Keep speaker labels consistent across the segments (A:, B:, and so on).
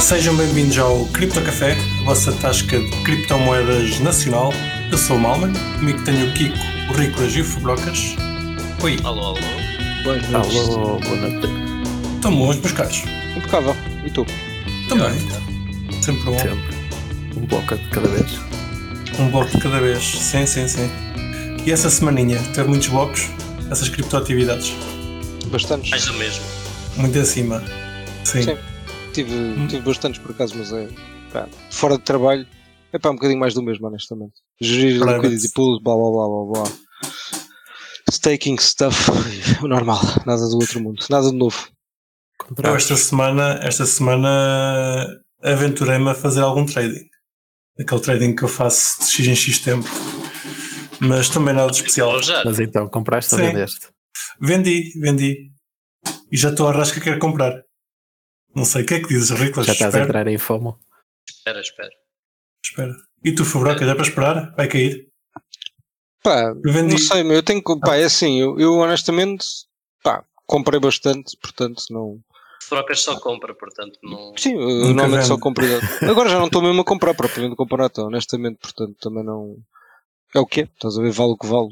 A: Sejam bem-vindos ao Cripto Café, a vossa tasca de criptomoedas nacional. Eu sou o Malman, comigo tenho o Kiko, o Ricolas e o Fubrocas. Oi,
B: Alô, alô.
C: Boas noites.
D: Alô, Ah, boa noite.
A: estão bons, meus caros?
C: Impecável. E tu?
A: Também, sempre bom.
D: Sempre. Um bloco de cada vez.
A: Um bloco de cada vez. Sim, sim, sim. E essa semaninha teve muitos blocos, essas criptoatividades.
C: Bastantes.
B: Mais do mesmo.
A: Muito acima. Sim.
C: Sim. Tive,
D: Hum.
C: tive bastantes por acaso, mas é. pá, fora de trabalho, é pá, um bocadinho mais do mesmo, honestamente. Gerir
A: Claramente.
C: liquidity pool, blá blá blá blá blá. Staking stuff, o normal, nada do outro mundo, nada de novo.
A: Eu
D: Comprar.
A: esta semana, esta semana aventurei-me a fazer algum trading. Aquele trading que eu faço de X em X tempo. Mas também nada de especial.
B: Alô, já.
D: Mas então, compraste ou
A: Sim.
D: vendeste?
A: Vendi, vendi. E já estou à rasca quero comprar. Não sei, o que é que dizes, Riclas?
D: Já estás a
A: Espera,
D: entrar em FOMO?
B: Espera, espera.
A: espera. E tu, Fabroca, já para esperar? Vai cair?
C: Pá,
A: Eu vendi.
C: não sei, meu, eu tenho. que- Pá, é assim, eu, eu honestamente, pá, comprei bastante, portanto não.
B: Frocas só compra, portanto não.
C: Sim, eu
A: Nunca
C: normalmente só
A: vendo.
C: comprei. Agora já não estou mesmo a comprar propriamente comparato, honestamente, portanto também não. É o que é, estás a ver, vale o que vale.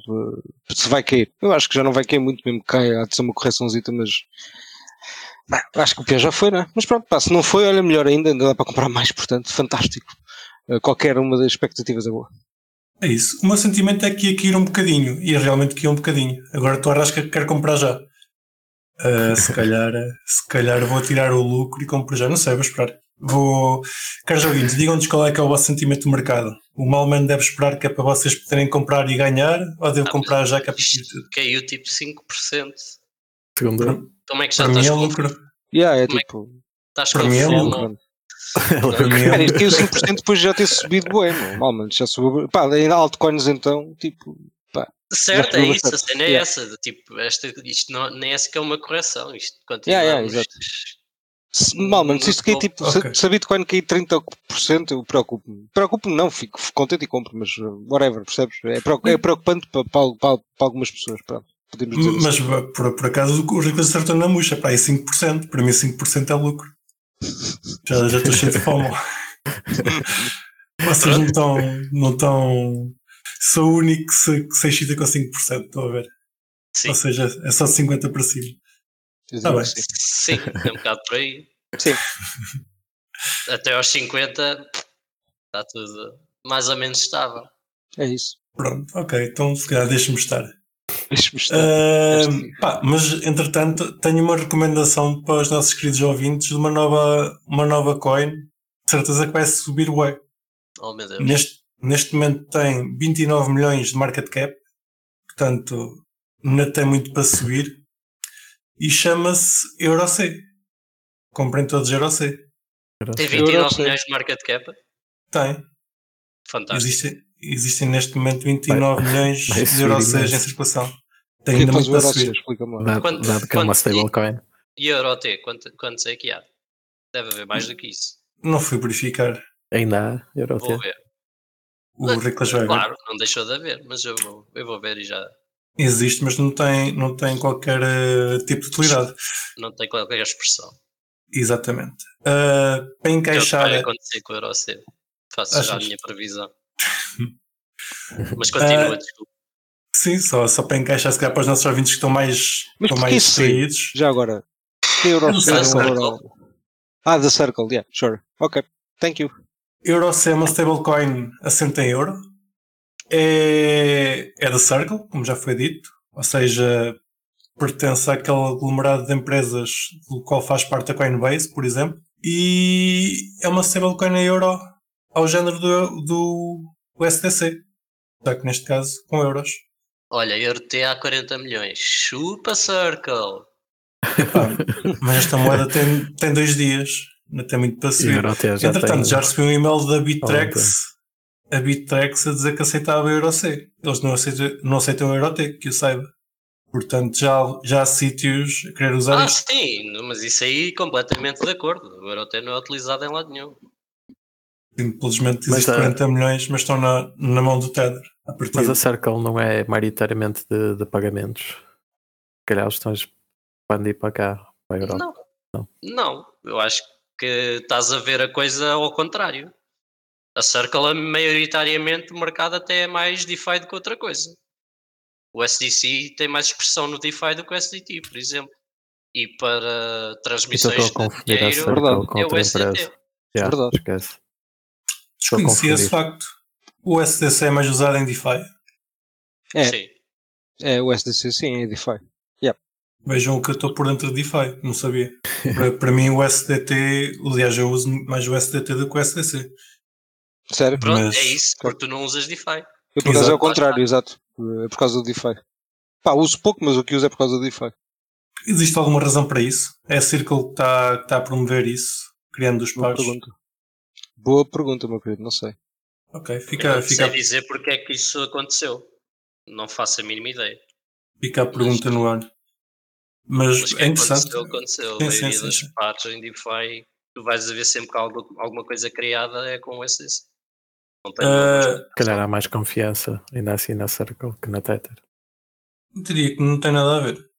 C: eh, Se vai cair, eu acho que já não vai cair muito, mesmo que caia, há de ser uma correçãozita, mas. Bah, acho que o pior já foi, né? Mas pronto, pá, se não foi, olha, melhor ainda, ainda dá para comprar mais, portanto, fantástico. Eh, Qualquer uma das expectativas é boa.
A: É isso. O meu sentimento é que ia cair um bocadinho. E realmente caiu um bocadinho. Agora estou à rasca que quero comprar já. Ah, se calhar, se calhar vou tirar o lucro e compro já. Não sei, vou esperar. Vou. Caros ouvintes, digam-nos qual é que é o vosso sentimento do mercado. O Malman deve esperar que é para vocês poderem comprar e ganhar, ou devo
B: Ah,
A: comprar já que é para
B: Isto
A: cair tudo?
B: caiu tipo 5%.
D: Segundo,
B: Como é que já
A: Para mim
B: estás
A: é
B: com,
A: lucro.
C: Yeah, é
B: Como é
C: tipo. um
B: estás
A: para
B: com
A: mim é
B: fome?
A: lucro.
D: ela
A: Para mim
C: Cara,
A: é
C: isto
A: lucro.
C: caiu 5% depois de já ter subido, bué, meu. Mal, mano, já subiu. Pá, ainda altcoins então, tipo.
B: Certo,
C: Já
B: é isso. A cena é
C: Yeah.
B: essa. de Tipo, esta, isto não, nem é sequer uma correção. Isto continua.
C: Yeah, yeah, exato. Se- Mal, mano, se isto cair tipo,
A: Ok.
C: se, se a Bitcoin cair 30%, eu preocupo-me. Preocupo-me, não, fico, fico contente e compro, mas uh, whatever, percebes? É, preocu- é preocupante para, para, para, para algumas pessoas, pronto. Podemos dizer
A: Mas por, por acaso os ricos acertam na murcha, é para aí 5%. Para mim 5% é lucro. Já já estou cheio de fome. Vocês não estão. Não estão... Sou o único que se, que se excita com 5%, estou a ver.
B: Sim,
A: Ou seja, é só de 50 para cima.
C: assim.
A: tá bem.
C: Sim.
B: sim, é um bocado por aí.
C: Sim.
B: Até aos 50 está tudo mais ou menos estável.
C: É isso.
A: Pronto, ok, então se calhar deixa-me estar.
C: Deixa-me
A: Ah,
C: estar.
A: Ahm, pá, mas entretanto tenho uma recomendação para os nossos queridos ouvintes de uma nova, uma nova coin, de certeza que vai subir o
B: Oh meu Deus.
A: Neste, neste momento tem 29 milhões de market cap, portanto ainda tem muito para subir. E chama-se EuroC. Comprem todos EuroC.
B: Tem
C: Euro,
B: 29
C: sim.
B: milhões de market cap.
A: Tem.
B: Fantástico.
A: Existem, existem neste momento 29 milhões
D: vai
A: de
D: subir
A: EuroC em
D: imenso.
A: circulação. Tem
C: Que
A: ainda tá
C: faz
A: muito
C: o
A: para
C: Euro, sim,
A: subir.
C: explica-me lá.
D: Dado,
B: um. Quanto-
D: dado que é uma
B: quanto-
D: stablecoin.
B: E Euro T, quanto- quantos é que há? Deve haver mais do que isso.
A: Não fui verificar.
D: Ainda há euro
B: Vou
D: T.
B: ver.
A: O
B: Ah,
A: Riclas vai ver.
B: Claro, não deixou de haver, mas eu vou, eu vou ver e já
A: Existe, mas não tem, não tem qualquer eh, tipo de utilidade.
B: não tem qualquer expressão.
A: Exatamente. Ah, para
B: É o que
A: encaixar.
B: vai acontecer com o Euro C. Faço já a
A: Achas?
B: minha previsão. Mas continua,
A: Ah,
B: desculpa.
A: Sim, só, só para encaixar, se calhar para os nossos ouvintes que estão mais,
C: Mas
A: estão
C: porquê
A: mais
C: isso aí?
A: distraídos.
C: Já agora. Que Euro
A: Não sei,
C: é o
B: Circle.
C: valor ao- Ah, The Circle, yeah, sure. Ok, thank you.
A: Euro se é uma stablecoin assente em euro. É, é da Circle, como já foi dito, ou seja, pertence àquele aglomerado de empresas do qual faz parte a Coinbase, por exemplo, e é uma stablecoin em euro ao género do, do USDC, só que neste caso com euros.
B: Olha, Euro T há 40 milhões. Chupa Circle.
A: Epá, mas esta moeda tem, tem dois dias, não tem muito para
D: E
A: subir.
D: euro T já
A: Entretanto,
D: tem.
A: já recebi um e-mail da
D: Ontem.
A: Bittrex, a Bittrex a dizer que aceitava Euro C. Eles não aceitam, não aceitam Euro T, que eu saiba. Portanto, já, já há sítios a querer usar
B: Ah,
A: isto.
B: sim, mas isso aí completamente de acordo. O Euro T não é utilizado em lado nenhum.
A: Simplesmente
D: Mas
A: existem
D: tá.
A: 40 milhões, mas estão na, na mão do Tether. A partir
D: Mas a Circle não é maioritariamente de, de pagamentos. Se calhar eles estão a expandir para cá, para a Europa.
B: Não. Não, eu acho que que estás a ver a coisa ao contrário. A Circle, é maioritariamente, o mercado até é mais DeFi do que outra coisa. O SDC tem mais expressão no DeFi do que o SDT, por exemplo. E para
D: Estou
B: transmissões
D: a
B: de
D: confundir a
B: dinheiro,
D: Circle
C: verdade.
D: com outra
B: é o
D: empresa.
B: SDT.
D: Já,
C: Verdade.
D: esquece. Estou a
A: Desconhecia esse
D: confundir.
A: facto. O SDC é mais usado em DeFi.
C: É.
B: Sim.
C: É, o SDC sim, é DeFi.
A: Vejam que eu estou por dentro de DeFi, não sabia. para, para mim o SDT, aliás, eu uso mais o SDT do que o SDC.
C: Sério?
B: Pronto,
A: Mas-
B: é isso, porque tu não usas DeFi.
C: Eu por acaso
A: Exato.
C: é o contrário, exato. É por causa do DeFi. Pá, uso pouco, mas o que uso é por causa do DeFi.
A: Existe alguma razão para isso? É a Circle que está que está a promover isso, criando os
C: Boa
A: pares?
C: pergunta. Boa pergunta, meu querido, não sei.
A: Ok,
B: Eu
A: fica,
B: não
A: fica,
B: sei dizer porque é que isso aconteceu. Não faço a mínima ideia.
A: fica a pergunta no ar. Mas,
B: Mas que
A: é interessante.
B: aconteceu, aconteceu.
A: Sim,
B: A
A: sim,
B: maioria
A: sim,
B: das
A: sim.
B: partes em DeFi, tu vais a ver sempre que há algo- alguma coisa criada é com o SDC. Não tem
A: Ah,
D: Se calhar há mais confiança ainda assim na Circle que na Tether.
A: diria que não tem nada a ver.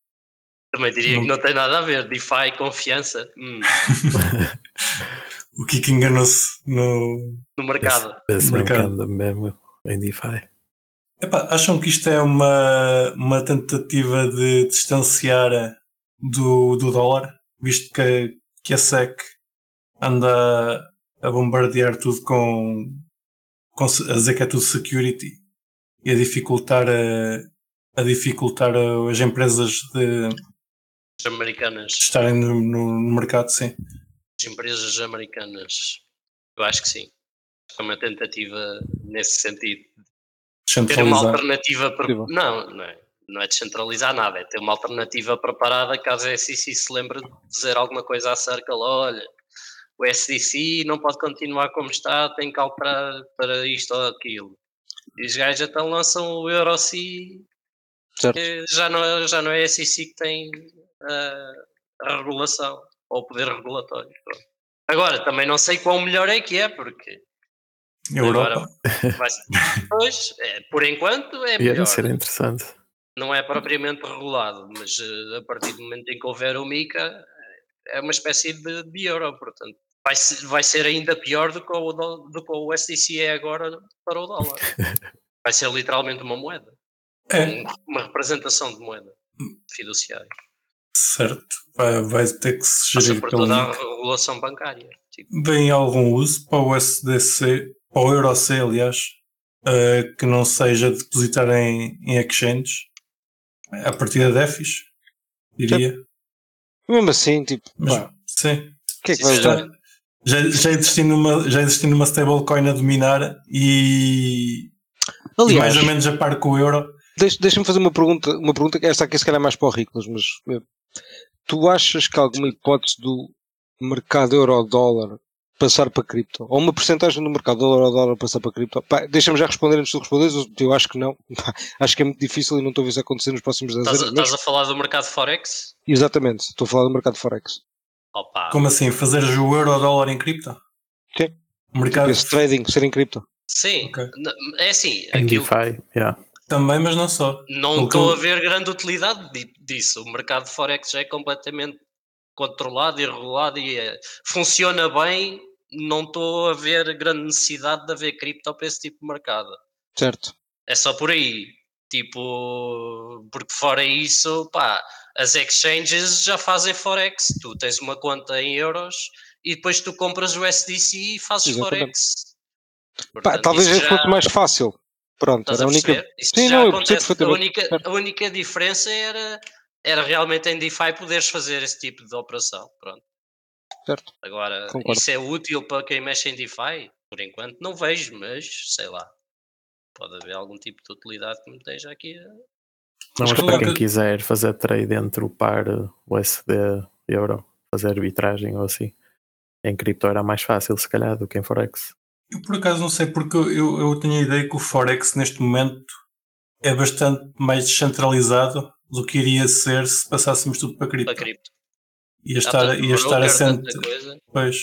B: Também diria que não tem nada a ver. DeFi, confiança hum,
A: O Kiko enganou-se no.
B: no mercado.
D: Esse
A: Mercado.
D: mercado mesmo em DeFi.
A: Epá, acham que isto é uma, uma tentativa de distanciar do, do dólar, visto que, que a SEC anda a bombardear tudo com, com se- a dizer que é tudo security e a dificultar eh, a, a dificultar eh, as empresas de
B: As americanas,
A: estarem no, no- no mercado, sim.
B: as empresas americanas. Eu acho que sim. Acho que é uma tentativa nesse sentido. ter uma
A: Centralizar.
B: alternativa pre-
C: Incrível.
B: não, não é, não é descentralizar nada, é ter uma alternativa preparada caso a SEC se lembre de dizer alguma coisa acerca, olha, o SDC não pode continuar como está, tem que alterar para isto ou aquilo. E os gajos então lançam o EuroC,
C: Certo.
B: que já não, é- já não é a SEC que tem ah, a regulação ou o poder regulatório. pronto. Agora, também não sei quão melhor é que é, porque
A: Europa.
B: vai ser- pois, é, por enquanto é
D: E assim, era
B: melhor
D: ser interessante.
B: não é propriamente regulado, mas eh, a partir do momento em que houver o MICA, é uma espécie de, de euro, portanto. Vai ser, vai ser ainda pior do que, o, dó- do que o SDC é agora para o dólar. Vai ser literalmente uma moeda,
A: É,
B: um- uma representação de moeda fiduciária.
A: certo. Vai, vai ter que se
B: Passa
A: gerir
B: por
A: pelo
B: toda a regulação bancária. Tipo,
A: vem algum uso para o SDC, para o EuroC, aliás, eh, que não seja depositar em, em exchanges, a partir da DEFIs, diria.
C: E mesmo assim, tipo,
A: Mas,
C: pá,
A: sim.
C: o que é que vai usar?
B: sinceramente,
A: Já, já, existindo uma, já existindo uma stablecoin a dominar e, e
C: Aliás,
A: mais ou menos a par com o euro.
C: deixa- deixa-me fazer uma pergunta, uma pergunta que esta aqui se calhar é mais para o Ricolas, mas eh, tu achas que há alguma hipótese do mercado euro-dólar passar para cripto? Ou uma porcentagem do mercado euro-dólar passar para cripto? Pá, Deixa-me já responder antes de tu responderes, eu acho que não. Pá, acho que é muito difícil e não estou a ver isso acontecer nos próximos 10
B: Estás,
C: anos.
B: a- estás a falar do mercado Forex?
C: Exatamente, estou a falar do mercado Forex.
B: Opa,
A: Como assim? Fazeres o euro-dólar em cripto?
C: Sim.
A: O mercado
C: Esse trading, ser em cripto.
B: sim,
A: Ok.
B: n- é assim,
D: Em
B: aquilo
D: DeFi, yeah.
A: também, mas não só.
B: Não
A: Porque
B: estou a
A: eu-
B: ver grande utilidade di- disso. O mercado de Forex já é completamente controlado e regulado e é- funciona bem. Não estou a ver grande necessidade de haver cripto para esse tipo de mercado.
C: Certo.
B: É só por aí. Tipo, porque fora isso, pá, as exchanges já fazem Forex. Tu tens uma conta em euros e depois tu compras o SDC e fazes
C: Exatamente.
B: Forex.
C: Pá,
B: Portanto,
C: talvez
B: isso
C: esse fosse mais fácil. Pronto,
B: Estás
C: era
B: a
C: a única.
B: perceber? Isso
C: Sim,
B: já
C: não, eu percebo
B: acontece. A
C: perfeitamente.
B: única, a única diferença era, era realmente em DeFi poderes fazer esse tipo de operação. Pronto.
C: Certo.
B: Agora,
C: Concordo.
B: isso é útil para quem mexe em DeFi? Por enquanto não vejo, mas sei lá. Pode haver algum tipo de utilidade que me esteja aqui. a-
D: Não,
A: Mas
D: mas
A: claro
D: para quem
A: que-
D: quiser fazer trade entre o par eh, USD euro, fazer arbitragem ou assim, em cripto era mais fácil, se calhar, do que em Forex.
A: Eu por acaso não sei, porque eu, eu tenho a ideia que o Forex neste momento é bastante mais descentralizado do que iria ser se passássemos tudo para cripto.
B: Para cripto. Ah,
A: Ia
B: Há
A: estar,
B: tanto
A: ia estar
B: broker,
A: assente.
B: tanta coisa.
A: Pois.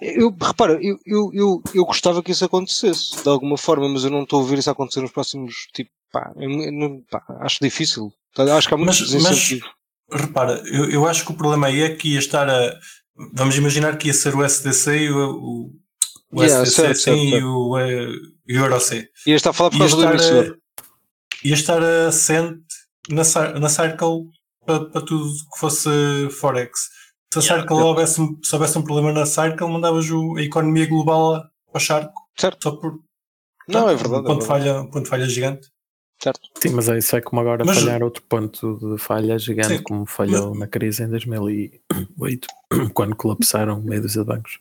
C: Eu, repara, eu, eu, eu, eu gostava que isso acontecesse de alguma forma, mas eu não estou a ouvir isso acontecer nos próximos. Tipo, pá, eu não- pá, acho difícil. Tá, Acho que há muito
A: Mas- mas-
C: desincentivo.
A: Repara, eu, eu acho que o problema aí é que ia estar a. Vamos imaginar que ia ser o SDC e o, o, o
C: Yeah,
A: SDC
C: certo, certo,
A: sim,
C: certo.
A: e o, eh, e o EuroC.
C: Ia estar a falar por
A: Ia
C: causa do
A: estar,
C: emissor.
A: eh, ia estar assente na, Cir- na Circle para, tudo que fosse Forex. Se a
B: Yeah.
A: Circle houvesse, um- se houvesse um problema na Circle, mandavas o- a economia global a- ao charco.
C: Certo.
A: Só por
C: Não, é verdade.
A: um
C: é
A: ponto, de
C: verdade.
A: falha, um ponto de falha gigante.
C: Certo.
D: Sim, mas é isso é como agora
A: Mas-
D: falhar outro ponto de falha gigante,
A: Sim,
D: como falhou na crise em 2008, quando colapsaram meio dúzia de bancos.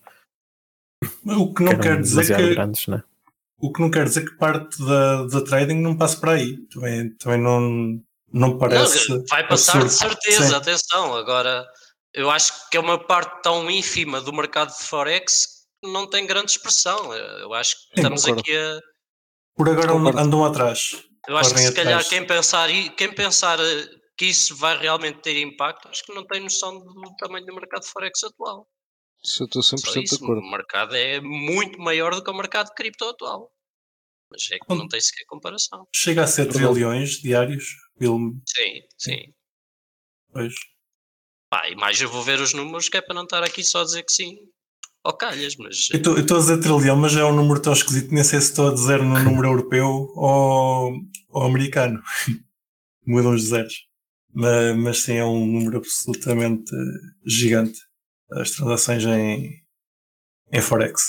A: O que não
D: que eram
A: quer dizer
D: um demasiado
A: que
D: grandes, né?
A: o que não quer dizer que parte da, da trading não passe por aí. Também, também não, não parece.
B: Não, vai passar de
A: absurdo.
B: certeza,
A: Sim.
B: atenção. Agora, eu acho que é uma parte tão ínfima do mercado de Forex que não tem grande expressão. Eu eu acho que
A: Sim,
B: estamos
C: concordo.
B: aqui a.
A: Por agora
C: Concordo.
A: andam atrás.
B: Eu acho que
A: Correm
B: se calhar
A: atrás.
B: quem pensar, i- quem pensar eh, que isso vai realmente ter impacto, acho que não tem noção do tamanho do mercado de Forex atual.
C: Isso eu estou
B: Só
C: 100% de
B: isso,
C: acordo.
B: o mercado é muito maior do que o mercado de cripto atual. Mas é que não tem sequer comparação.
A: Chega a ser
C: É Verdade.
A: trilhões diários. Bill,
B: Sim, sim.
A: pois.
B: Pá, e mais eu vou ver os números que é para não estar aqui só a dizer que sim. Ou calhas, mas. eh,
A: Eu estou a dizer trilhão, mas é um número tão esquisito, nem sei se estou a dizer no número europeu ou, ou americano. Mudam os zeros. Mas, mas sim, é um número absolutamente eh, gigante. As transações em, em Forex.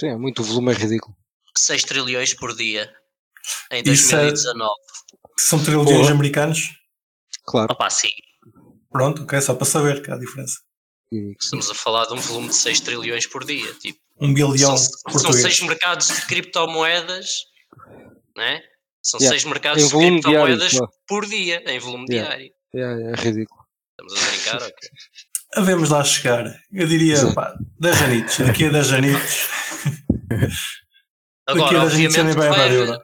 C: Sim, é muito o volume, é ridículo.
B: 6 trilhões por dia em
A: Isso é-
B: 2019.
A: São trilhões
C: Porra.
A: americanos?
C: Claro.
B: Opa, sim,
A: Pronto, ok, só para saber que há diferença.
C: E-
B: estamos a falar de um volume de 6 trilhões por dia. Tipo,
A: Um bilhão
B: são, são
A: português.
B: seis mercados de criptomoedas, né? São
C: Yeah.
B: seis mercados
C: Em
B: de
C: volume diário.
B: criptomoedas
C: claro.
B: por dia, em volume
C: Yeah.
B: diário.
C: É, é ridículo.
B: Estamos a brincar, ok?
A: Havemos lá chegar. Eu diria,
C: Exato.
A: pá, 10 anitos. Daqui a 10 anitos. daqui
B: Agora,
A: a 10 anitos eu
B: obviamente,
A: nem vai
B: vai
A: andar
B: haver-
A: euro.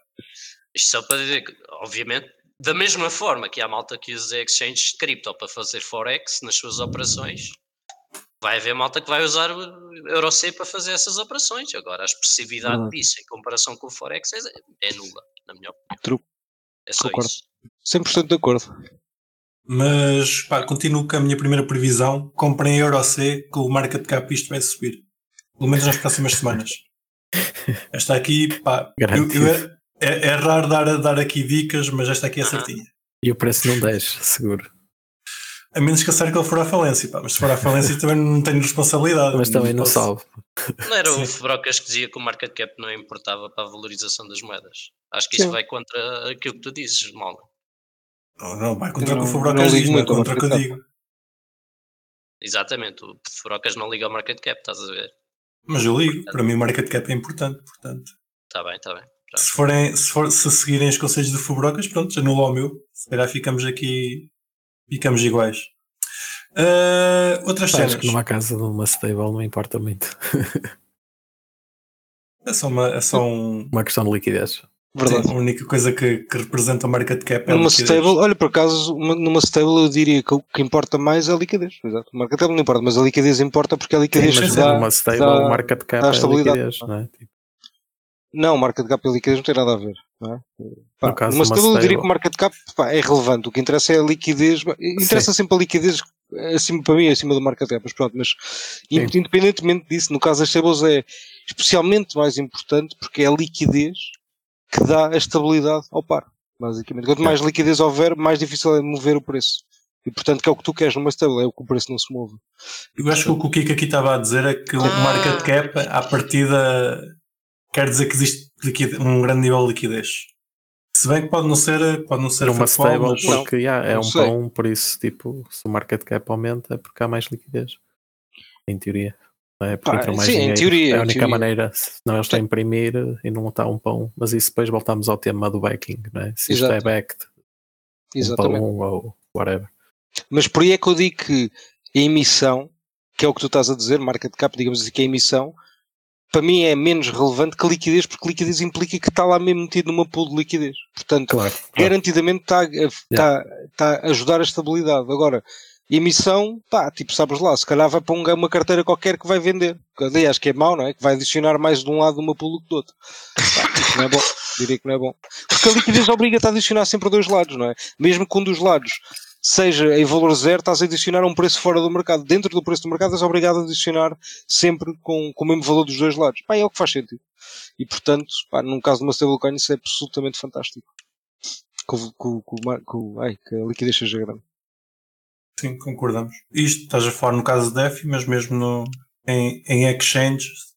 B: Isto só para dizer que, obviamente, da mesma forma que há malta que usa exchanges de cripto para fazer forex nas suas operações, vai haver malta que vai usar o EuroC para fazer essas operações. Agora, a expressividade
C: Verdade.
B: disso em comparação com o forex é, é nula, na minha opinião.
C: True.
B: É só
C: Concordo.
B: isso.
C: 100% de acordo.
A: Mas, pá, continuo com a minha primeira previsão. Comprem Euro C, que o market cap isto vai subir. Pelo menos nas próximas semanas. Esta aqui, pá, eu- eu-
D: Garantido.
A: é, é raro dar, dar aqui dicas, mas esta aqui é
B: Aham.
A: certinha.
D: E o preço não desce, seguro.
A: A menos que a Circle for à falência, pá. Mas se for à falência também não tenho responsabilidade.
D: Mas também não
A: Ah, posso-
D: salve.
B: Não era o
A: Sim.
B: Brocas que dizia que o market cap não importava para a valorização das moedas. Acho que isso
C: Sim.
B: vai contra aquilo que tu dizes, Mal.
A: Não, não, vai contra o
C: Eu
A: que o
C: não-
A: Fubrocas
C: não
A: diz,
C: ligo
A: não é
C: muito ao
A: contra o que eu
C: market
A: digo.
B: Exatamente. O Brocas não liga ao market cap, estás a ver?
A: Mas eu ligo, para mim o market cap é importante, portanto.
B: Está Tá bem, está bem.
A: Se, forem, se, for- se seguirem os conselhos do Fubrocas, pronto, anula o meu. Se calhar ficamos aqui, ficamos iguais. Ah, outras
D: Acho
A: cenas.
D: que numa casa de uma stable não importa muito.
A: É só, uma, é só um-
D: Uma questão de liquidez.
C: Verdade.
A: sim, a única coisa que, que representa o market cap é a
C: Numa
A: liquidez.
C: stable, olha, por acaso, uma- numa stable eu diria que o que importa mais é a liquidez. Exato. O market cap não importa, mas a liquidez importa porque a liquidez
A: Sim, mas é
C: dá.
D: numa stable,
C: dá-
D: o market cap
C: dá
D: é
C: estabilidade.
D: liquidez, não é? Tipo,
C: Não, o market cap e a liquidez não tem nada a ver. Não é? Pá,
D: No caso
C: numa
D: de uma
C: stable, eu diria
D: stable.
C: que o market cap pá, é irrelevante. O que interessa é a liquidez. Interessa sempre a liquidez eh, acima, para mim, acima do market cap. Mas pronto, mas in-
D: Sim.
C: independentemente disso, no caso das stables é especialmente mais importante porque é a liquidez que dá a estabilidade ao par. Basicamente, quanto mais liquidez houver, mais difícil é mover o preço. E portanto, que é o que tu queres numa stable, é o que o preço não se move.
A: Eu acho que o que o Kiko aqui estava a dizer é que o
B: Ah.
A: market cap, à partida, quer dizer que existe liquide- um grande nível de liquidez. Se bem que pode não ser, pode não ser
D: numa
A: factual,
D: stable,
A: mas-
D: porque yeah, é
C: não
D: um
C: sei.
D: para um, por isso, tipo, se o market cap aumenta é porque há mais liquidez. Em teoria. Não é? Porque
C: Pá,
D: entra mais
C: sim, em
D: dinheiro.
C: teoria,
D: é
C: em
D: a única
C: teoria.
D: maneira, senão eles estão a imprimir e não está um para um. Mas isso depois voltamos ao tema do backing, não é? Se isto
C: Exato.
D: é backed, um para
C: Exatamente.
D: um ou whatever.
C: Mas por aí é que eu digo que a emissão, que é o que tu estás a dizer, market cap, digamos assim, que a emissão, para mim é menos relevante que a liquidez, porque liquidez implica que está lá mesmo metido numa pool de liquidez. Portanto,
D: Claro.
C: garantidamente tá, está, a- está, está tá a ajudar a estabilidade. Agora, emissão, pá, tipo, sabes lá, se calhar vai para um, ga- uma carteira qualquer que vai vender. Que, Aliás, que é mau, não é? Que vai adicionar mais de um lado uma pool do que do outro. Pá, isso não é bom. Diria que não é bom. Porque a liquidez obriga-te a adicionar sempre a dois lados, não é? Mesmo que um dos lados seja em valor zero, estás a adicionar a um preço fora do mercado. Dentro do preço do mercado és obrigado a adicionar sempre com, com o mesmo valor dos dois lados. Pá, é o que faz sentido. E portanto, pá, num caso de uma stablecoin isso é absolutamente fantástico. Que, o- que, o- que, o mar- que, o- ai, que a liquidez seja grande.
A: Sim, concordamos. Isto estás a falar no caso de DeFi, mas mesmo no, em, em exchanges,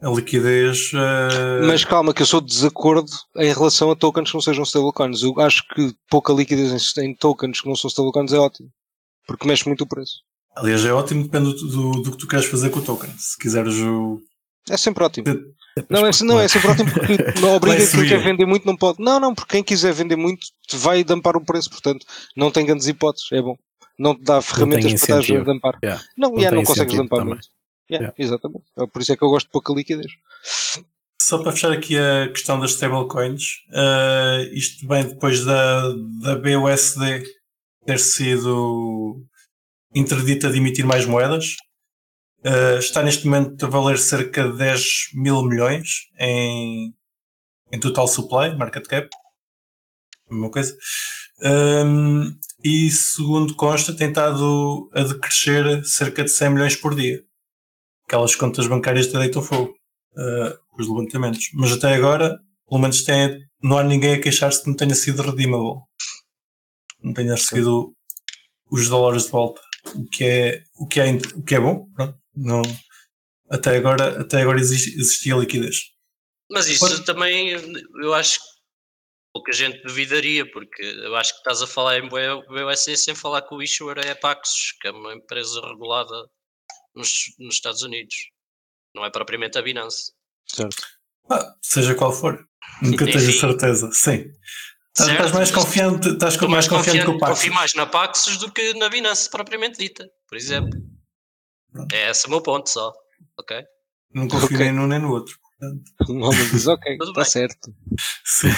A: a liquidez. eh,
C: Mas calma, que eu sou de desacordo em relação a tokens que não sejam stablecoins. Eu acho que pouca liquidez em, em tokens que não são stablecoins é ótimo. Porque mexe muito o preço.
A: Aliás, é ótimo, depende do, do, do que tu queres fazer com o token. Se quiseres o.
C: É sempre ótimo.
A: Eh,
C: Não, é, não, é sempre ótimo porque não obriga
A: Vai
C: quem
A: subir.
C: quer vender muito, não pode. Não, não, porque quem quiser vender muito te vai dampar o preço, portanto, não tem grandes hipóteses, é bom. Não te dá ferramentas para estás a
D: incentivo.
C: dampar.
D: Yeah.
C: Não,
D: Não
C: yeah,
D: tem
C: não consegues
D: incentivo
C: dampar
D: também.
C: muito. Yeah, Exatamente. É por isso é que eu gosto de pouca liquidez.
A: Só para fechar aqui a questão das stablecoins, eh, isto vem depois da, da BUSD ter sido interdita de emitir mais moedas. Eh, está neste momento a valer cerca de 10 mil milhões em, em total supply, market cap. A mesma coisa. Ehm, e segundo consta, tem estado a decrescer cerca de 100 milhões por dia. Aquelas contas bancárias de deitam fogo eh, os levantamentos. Mas até agora, pelo menos tem, não há ninguém a queixar-se que não tenha sido redeemable. Não tenha recebido os dólares de volta. O que é, o que é, in- o que é bom. pronto. Não, até agora, até agora existe- existia liquidez.
B: Mas isso
A: Pode-
B: também eu acho que pouca gente duvidaria, porque eu acho que estás a falar em BUSD sem falar que o issuer é a Paxos, que é uma empresa regulada nos, nos Estados Unidos. Não é propriamente a Binance.
C: Certo.
A: Ah, seja qual for. Nunca
B: Sim,
A: tens a
B: sim.
A: certeza. Sim. Estás,
B: Certo,
A: estás mais
B: mas-
A: confiante, estás
B: Estou
A: mais confiante que o Pax.
B: Confio mais na Paxos do que na Binance propriamente dita, por exemplo.
A: Pronto.
B: É esse o meu ponto só. Ok?
A: Não confio
C: Ok.
A: nem num nem no outro.
C: O Malman Um diz, ok,
B: Tudo
C: está
B: bem.
C: certo.
A: Sim.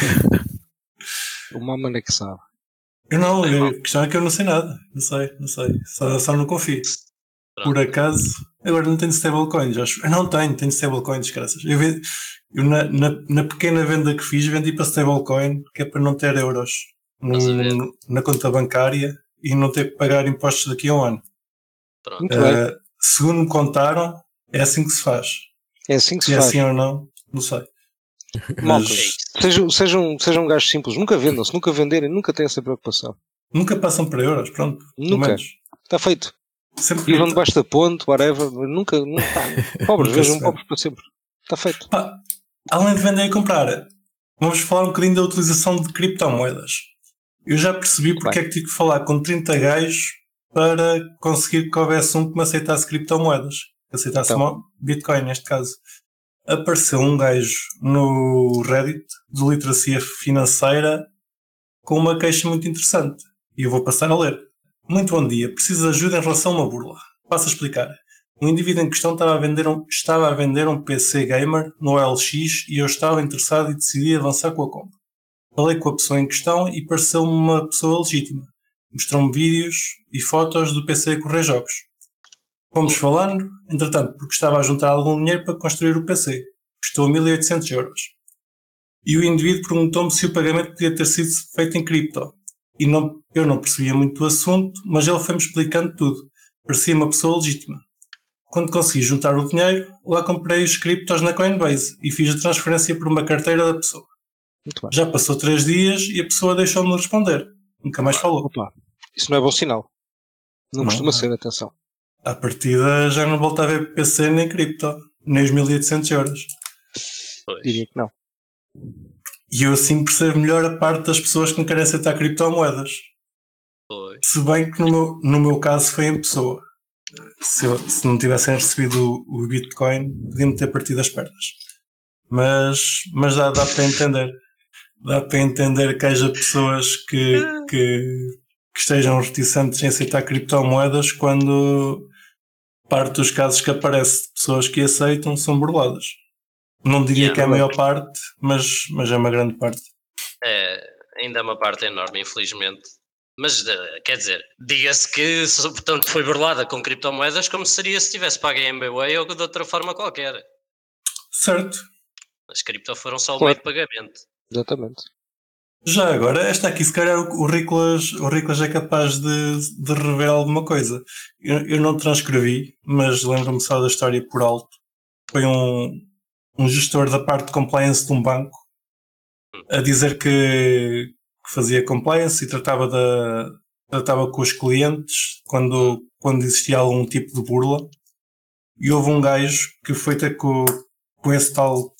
C: O Malman é que sabe.
A: Eu não,
B: Bem,
A: eu-
B: bom.
A: a questão é que eu não sei nada. Não sei, não sei. Só, só não confio.
B: Pronto.
A: Por acaso, agora não tenho stablecoins, acho. Eu não tenho, tenho stablecoins, graças. Eu, ve- eu na, na, na pequena venda que fiz, vendi para stablecoin, que é para não ter euros no-
B: Estás a ver?
A: no- na conta bancária e não ter que pagar impostos daqui a um ano.
B: Pronto.
C: Muito bem.
A: Eh, segundo me contaram, é assim que se faz.
C: É assim que
A: Se
C: se
A: é
C: faz.
A: assim ou não, não sei.
C: Malta,
B: É
A: Mas
B: isso.
C: sejam, sejam, sejam gajos um simples. Nunca vendam. Se nunca venderem, nunca têm essa preocupação.
A: nunca passam para euros, pronto. pelo
C: Nunca.
A: menos.
C: Está feito.
A: Sempre
C: Vivam debaixo da ponte, whatever. mas Nunca. nunca
A: Nunca
C: pobres,
A: se
C: vejam
A: vê.
C: pobres para sempre. Está feito.
A: Pá, além de vender e comprar, vamos falar um bocadinho da utilização de criptomoedas. Eu já percebi porque é que tive que falar com 30 gajos para conseguir que houvesse um que me aceitasse criptomoedas. Que aceitasse
C: Então.
A: mo- Bitcoin, neste caso. Apareceu um gajo no Reddit de literacia financeira com uma queixa muito interessante. E eu vou passar a ler. Muito bom dia. Preciso de ajuda em relação a uma burla. Passo a explicar. O Um indivíduo em questão estava a vender um, estava a vender um PC gamer no LX e eu estava interessado e decidi avançar com a compra. Falei com a pessoa em questão e pareceu-me uma pessoa legítima. Mostrou-me vídeos e fotos do PC a correr jogos. Fomos falando, entretanto, porque estava a juntar algum dinheiro para construir o PC. Custou 1800 euros. E o indivíduo perguntou-me se o pagamento podia ter sido feito em cripto. E não- eu não percebia muito o assunto, mas ele foi-me explicando tudo. Parecia uma pessoa legítima. Quando consegui juntar o dinheiro, lá comprei os criptos na Coinbase e fiz a transferência por uma carteira da pessoa.
C: Muito bem.
A: Já passou três dias e a pessoa deixou-me de responder. Nunca mais falou.
C: Opa, isso não é bom sinal. Não,
A: Não, não.
C: costuma ser, atenção.
A: À partida já não voltava a ver PC nem cripto, nem os 1800 euros.
B: Pois.
C: Diria que não.
A: E eu assim percebo melhor a parte das pessoas que não querem aceitar criptomoedas.
B: Pois.
A: Se bem que no meu, no meu caso foi em pessoa. Se, eu- se não tivessem recebido o, o Bitcoin, podiam ter partido as pernas. Mas, mas dá, dá para entender. Dá para entender que haja pessoas que, que, que estejam reticentes em aceitar criptomoedas quando parte dos casos que aparece de pessoas que aceitam são burladas. Não diria
B: Yeah.
A: que é a maior parte, mas, mas é uma grande parte.
B: É, ainda é uma parte enorme, infelizmente. Mas, eh, quer dizer, diga-se que, se, portanto, foi burlada com criptomoedas como seria se tivesse pago em MBWay ou de outra forma qualquer.
A: Certo.
B: As cripto foram só o
C: Claro.
B: meio de pagamento.
C: Exatamente.
A: Já agora, esta aqui, se calhar o o Riklas, o Riklas é capaz de, de rever alguma coisa. Eu, eu não transcrevi, mas lembro-me só da história por alto. Foi um, um gestor da parte de compliance de um banco a dizer que, que fazia compliance e tratava, da, tratava com os clientes quando, quando existia algum tipo de burla. E houve um gajo que foi ter com, com esse tal,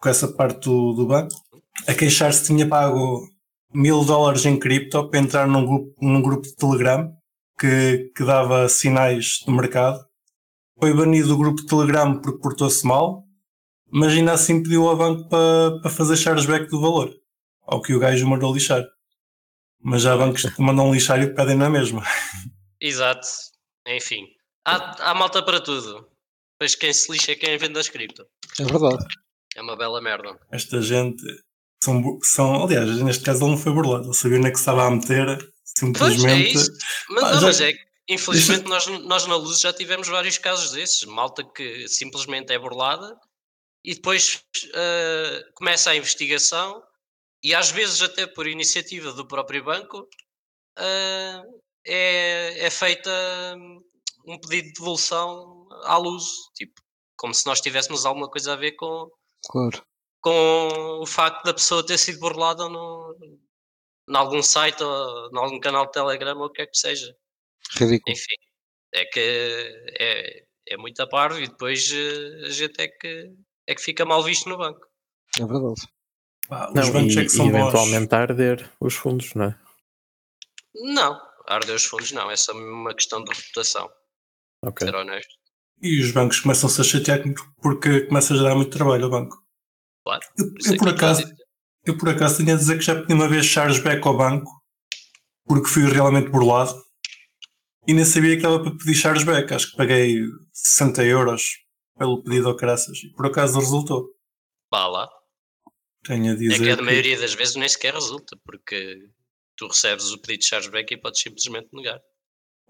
A: com essa parte do, do banco a queixar-se que tinha pago mil dólares em cripto para entrar num grupo, num grupo de Telegram que, que dava sinais do mercado. Foi banido do grupo de Telegram porque portou-se mal, mas ainda assim pediu ao banco para, para fazer chargeback do valor, ao que o gajo mandou lixar. Mas há bancos que mandam lixar e pedem é na mesma.
B: Exato. Enfim. Há, há malta para tudo. Pois quem se lixa é quem vende a cripto.
C: É verdade.
B: É uma bela merda.
A: Esta gente são, bu- são aliás, neste caso ele não foi burlado, ele sabia onde é que se estava a meter,
B: Pois é
A: simplesmente.
B: isso. Mas,
A: Pá,
B: não,
A: já-
B: mas é que, infelizmente, nós, nós na luz já tivemos vários casos desses. Malta que simplesmente é burlada e depois eh, começa a investigação e às vezes até por iniciativa do próprio banco eh, é, é feita hum, um pedido de devolução à luz, tipo, como se nós tivéssemos alguma coisa a ver com,
C: Claro.
B: com o facto da pessoa ter sido burlada no, em algum site ou em algum canal de Telegram ou o que é que seja.
C: Ridículo.
B: Enfim, é que é, é muito a parvo e depois eh, a gente é que, é que fica mal visto no banco.
C: É verdade.
A: Pá, os
D: Não,
A: bancos
D: e,
A: é que são
D: e
A: bons.
D: eventualmente arder os fundos, não é?
B: Não, arder os fundos não, é só uma questão de reputação,
D: Ok.
B: ser honesto.
A: E os bancos começam-se a chatear porque começas a dar muito trabalho ao banco.
B: Claro,
A: Eu,
B: isso
A: eu
B: é
A: por
B: que eu tô a
A: acaso,
B: dizer.
A: eu por acaso tinha a dizer que já pedi uma vez chargeback ao banco porque fui realmente burlado e nem sabia que dava para pedir chargeback. Acho que paguei 60 euros pelo pedido ao caraças e por acaso resultou.
B: Vá lá.
A: Tenho a
B: É que
A: dizer.
B: a maioria das vezes nem sequer resulta, porque tu recebes o pedido de chargeback e podes simplesmente negar.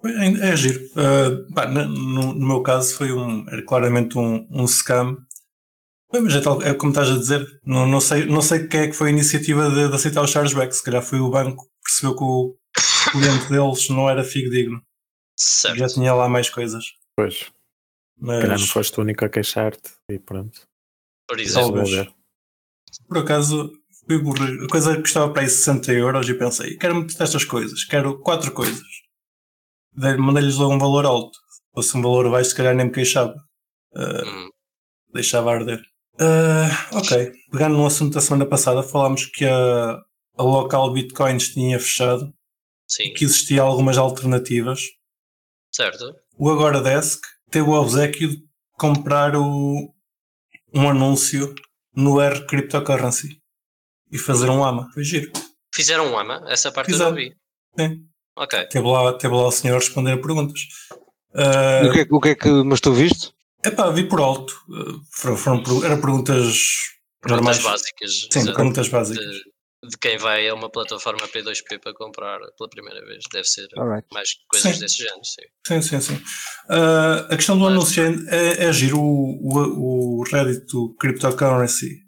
A: É, é giro. Uh, pá, no, no- no meu caso foi um, era claramente um, um scam. Bem, Mas é, tal, é como estás a dizer, não, não sei, não sei quem é que foi a iniciativa de, de aceitar o chargeback. Se calhar foi o banco que percebeu que o cliente deles não era fidedigno.
B: Certo.
A: Já tinha lá mais coisas.
D: Pois, se calhar não
A: Mas
D: foste o único a queixar-te e pronto.
B: Por exemplo,
A: Talvez.
D: Resolver.
A: por acaso fui burro. A coisa custava para aí 60 euros e pensei, quero muito destas coisas, quero quatro coisas. Dei- Mandei-lhes logo um valor alto. Se fosse um valor baixo, se calhar nem me queixava. Uh,
B: hum,
A: deixava arder. Ah, ok, pegando no assunto da semana passada, falámos que a, a local Bitcoins tinha fechado,
B: sim,
A: que existiam algumas alternativas.
B: certo.
A: O Agora Desk teve o obsequio de comprar o, um anúncio no R Cryptocurrency e fazer um AMA. Foi giro.
B: Fizeram um AMA, essa parte eu
A: Fizeram.
B: não vi.
A: Sim.
B: Ok.
A: Teve lá, teve lá o senhor a responder a perguntas. Ah,
C: E o, que é, que- o que é que. Mas tu viste?
A: epá, vi por alto. Ah, foram, foram per- eram perguntas normais.
B: Perguntas básicas
A: Sim,
B: exato, Eh,
A: perguntas básicas.
B: de, de quem vai a uma plataforma P2P para comprar pela primeira vez. Deve ser
C: Alright.
B: mais coisas
A: Ah, Sim.
B: desse género, sim.
A: Sim, sim, sim. Ah, a questão do
B: Claro.
A: anúncio é, é giro. O, o, o Reddit do Cryptocurrency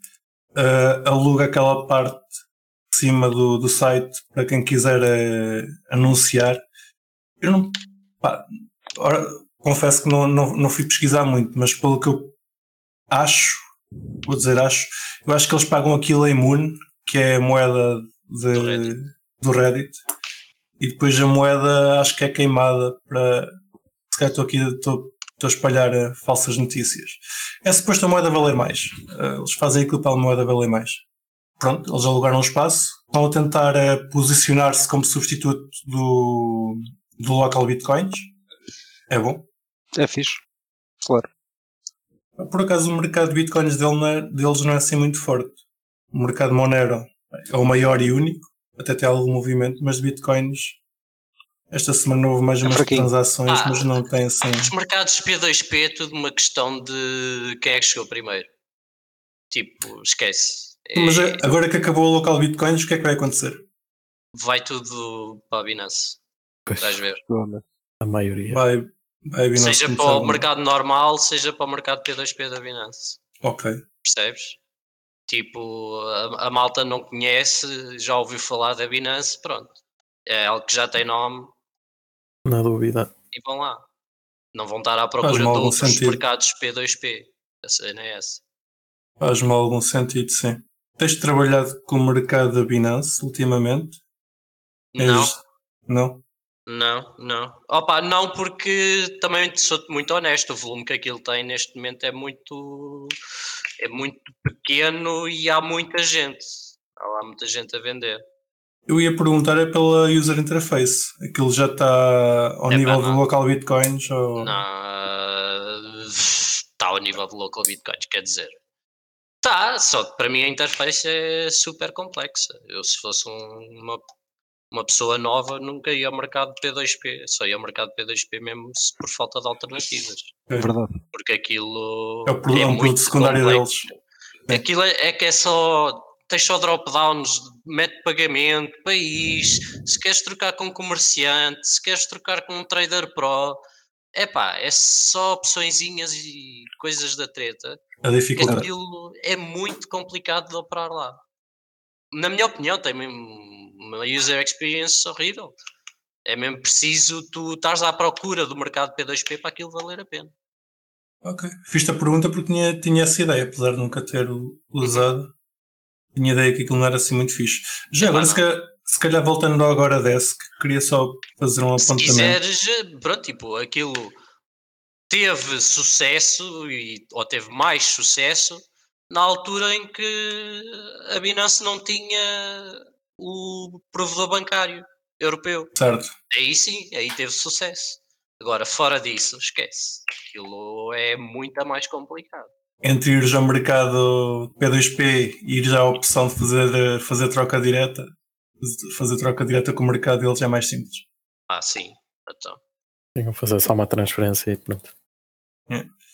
A: ah, aluga aquela parte de cima do, do site para quem quiser eh, anunciar. Eu não. Pá, ora, confesso que não, não, não fui pesquisar muito, mas pelo que eu acho, vou dizer acho, eu acho que eles pagam aquilo em Moon, que é a moeda de-
B: Do Reddit.
A: do Reddit e depois a moeda acho que é queimada para. Se calhar estou aqui, estou, estou a espalhar eh, falsas notícias. É suposto a moeda valer mais. Eh, eles fazem aquilo para a moeda valer mais. Pronto, eles alugaram um espaço, estão a tentar eh, posicionar-se como substituto do, do local bitcoins. É bom.
C: É fixe. Claro.
A: Por acaso o mercado de bitcoins dele não é- deles não é assim muito forte. O mercado Monero é o maior e único, até tem algum movimento, mas de bitcoins esta semana houve mais
C: É
A: umas
C: fraquinho.
A: transações,
B: Ah.
A: mas não tem assim.
B: Os mercados P2P é tudo uma questão de quem é que chegou primeiro. Tipo, esquece. É-
A: Mas é- agora que acabou o local bitcoins, o que é que vai acontecer?
B: vai tudo para a Binance.
D: Pois,
B: Vais ver.
C: Provavelmente.
D: a maioria.
A: Vai, vai vir
B: seja para
A: né?
B: o mercado normal, seja para o mercado P2P da Binance.
A: Ok.
B: Percebes? Tipo, a, a malta não conhece, já ouviu falar da Binance, pronto. É algo que já tem nome
D: Na dúvida.
B: e vão lá. Não vão estar à procura de
A: algum
B: outros
A: sentido.
B: mercados P2P. A cena é essa.
A: Faz-me algum sentido, sim. Tens trabalhado com o mercado da Binance ultimamente?
B: Não.
A: És- Não?
B: Não, não. Opa, não, porque também sou muito honesto, o volume que aquilo tem neste momento é muito é muito pequeno e há muita gente. Há lá muita gente a vender.
A: Eu ia perguntar é pela user interface. Aquilo já está ao
B: Epá,
A: nível do
B: É não.
A: local bitcoins ou...
B: Não, está ao nível de local bitcoins, quer dizer. Tá, só que para mim a interface é super complexa. Eu se fosse um- uma, uma pessoa nova nunca ia ao mercado P2P, só ia ao mercado P2P mesmo se por falta de alternativas.
A: É.
C: Verdade.
B: porque aquilo
A: É o pro- é um produto
B: muito
A: secundário
B: complexo.
A: deles.
B: Aquilo é, é que é só tens só drop-downs, mete pagamento, país, se queres trocar com um comerciante, se queres trocar com um trader pro, é pá, é só opçõezinhas e coisas da treta.
A: A
B: Porque
A: dificuldade.
B: aquilo é muito complicado de operar lá. Na minha opinião, tem mesmo uma user experience horrível. É mesmo preciso tu estares à procura do mercado P2P para aquilo valer a pena.
A: Ok. Fiz-te a pergunta porque tinha, tinha essa ideia, apesar de nunca ter u- usado. Tinha ideia que aquilo não era assim muito fixe. Já agora,
B: não.
A: se calhar, se calhar voltando ao agora desk, queria só fazer um
B: se
A: apontamento.
B: quiseres, pronto, tipo, aquilo teve sucesso e, ou teve mais sucesso na altura em que a Binance não tinha o provedor bancário europeu.
A: Certo.
B: Aí sim, aí teve sucesso. Agora, fora disso, esquece. Aquilo é muito mais complicado.
A: Entre ires ao mercado P2P e ires à opção de fazer, fazer troca direta, fazer troca direta com o mercado deles é mais simples.
B: Ah, sim. Então,
D: Tenho que fazer só uma transferência e pronto.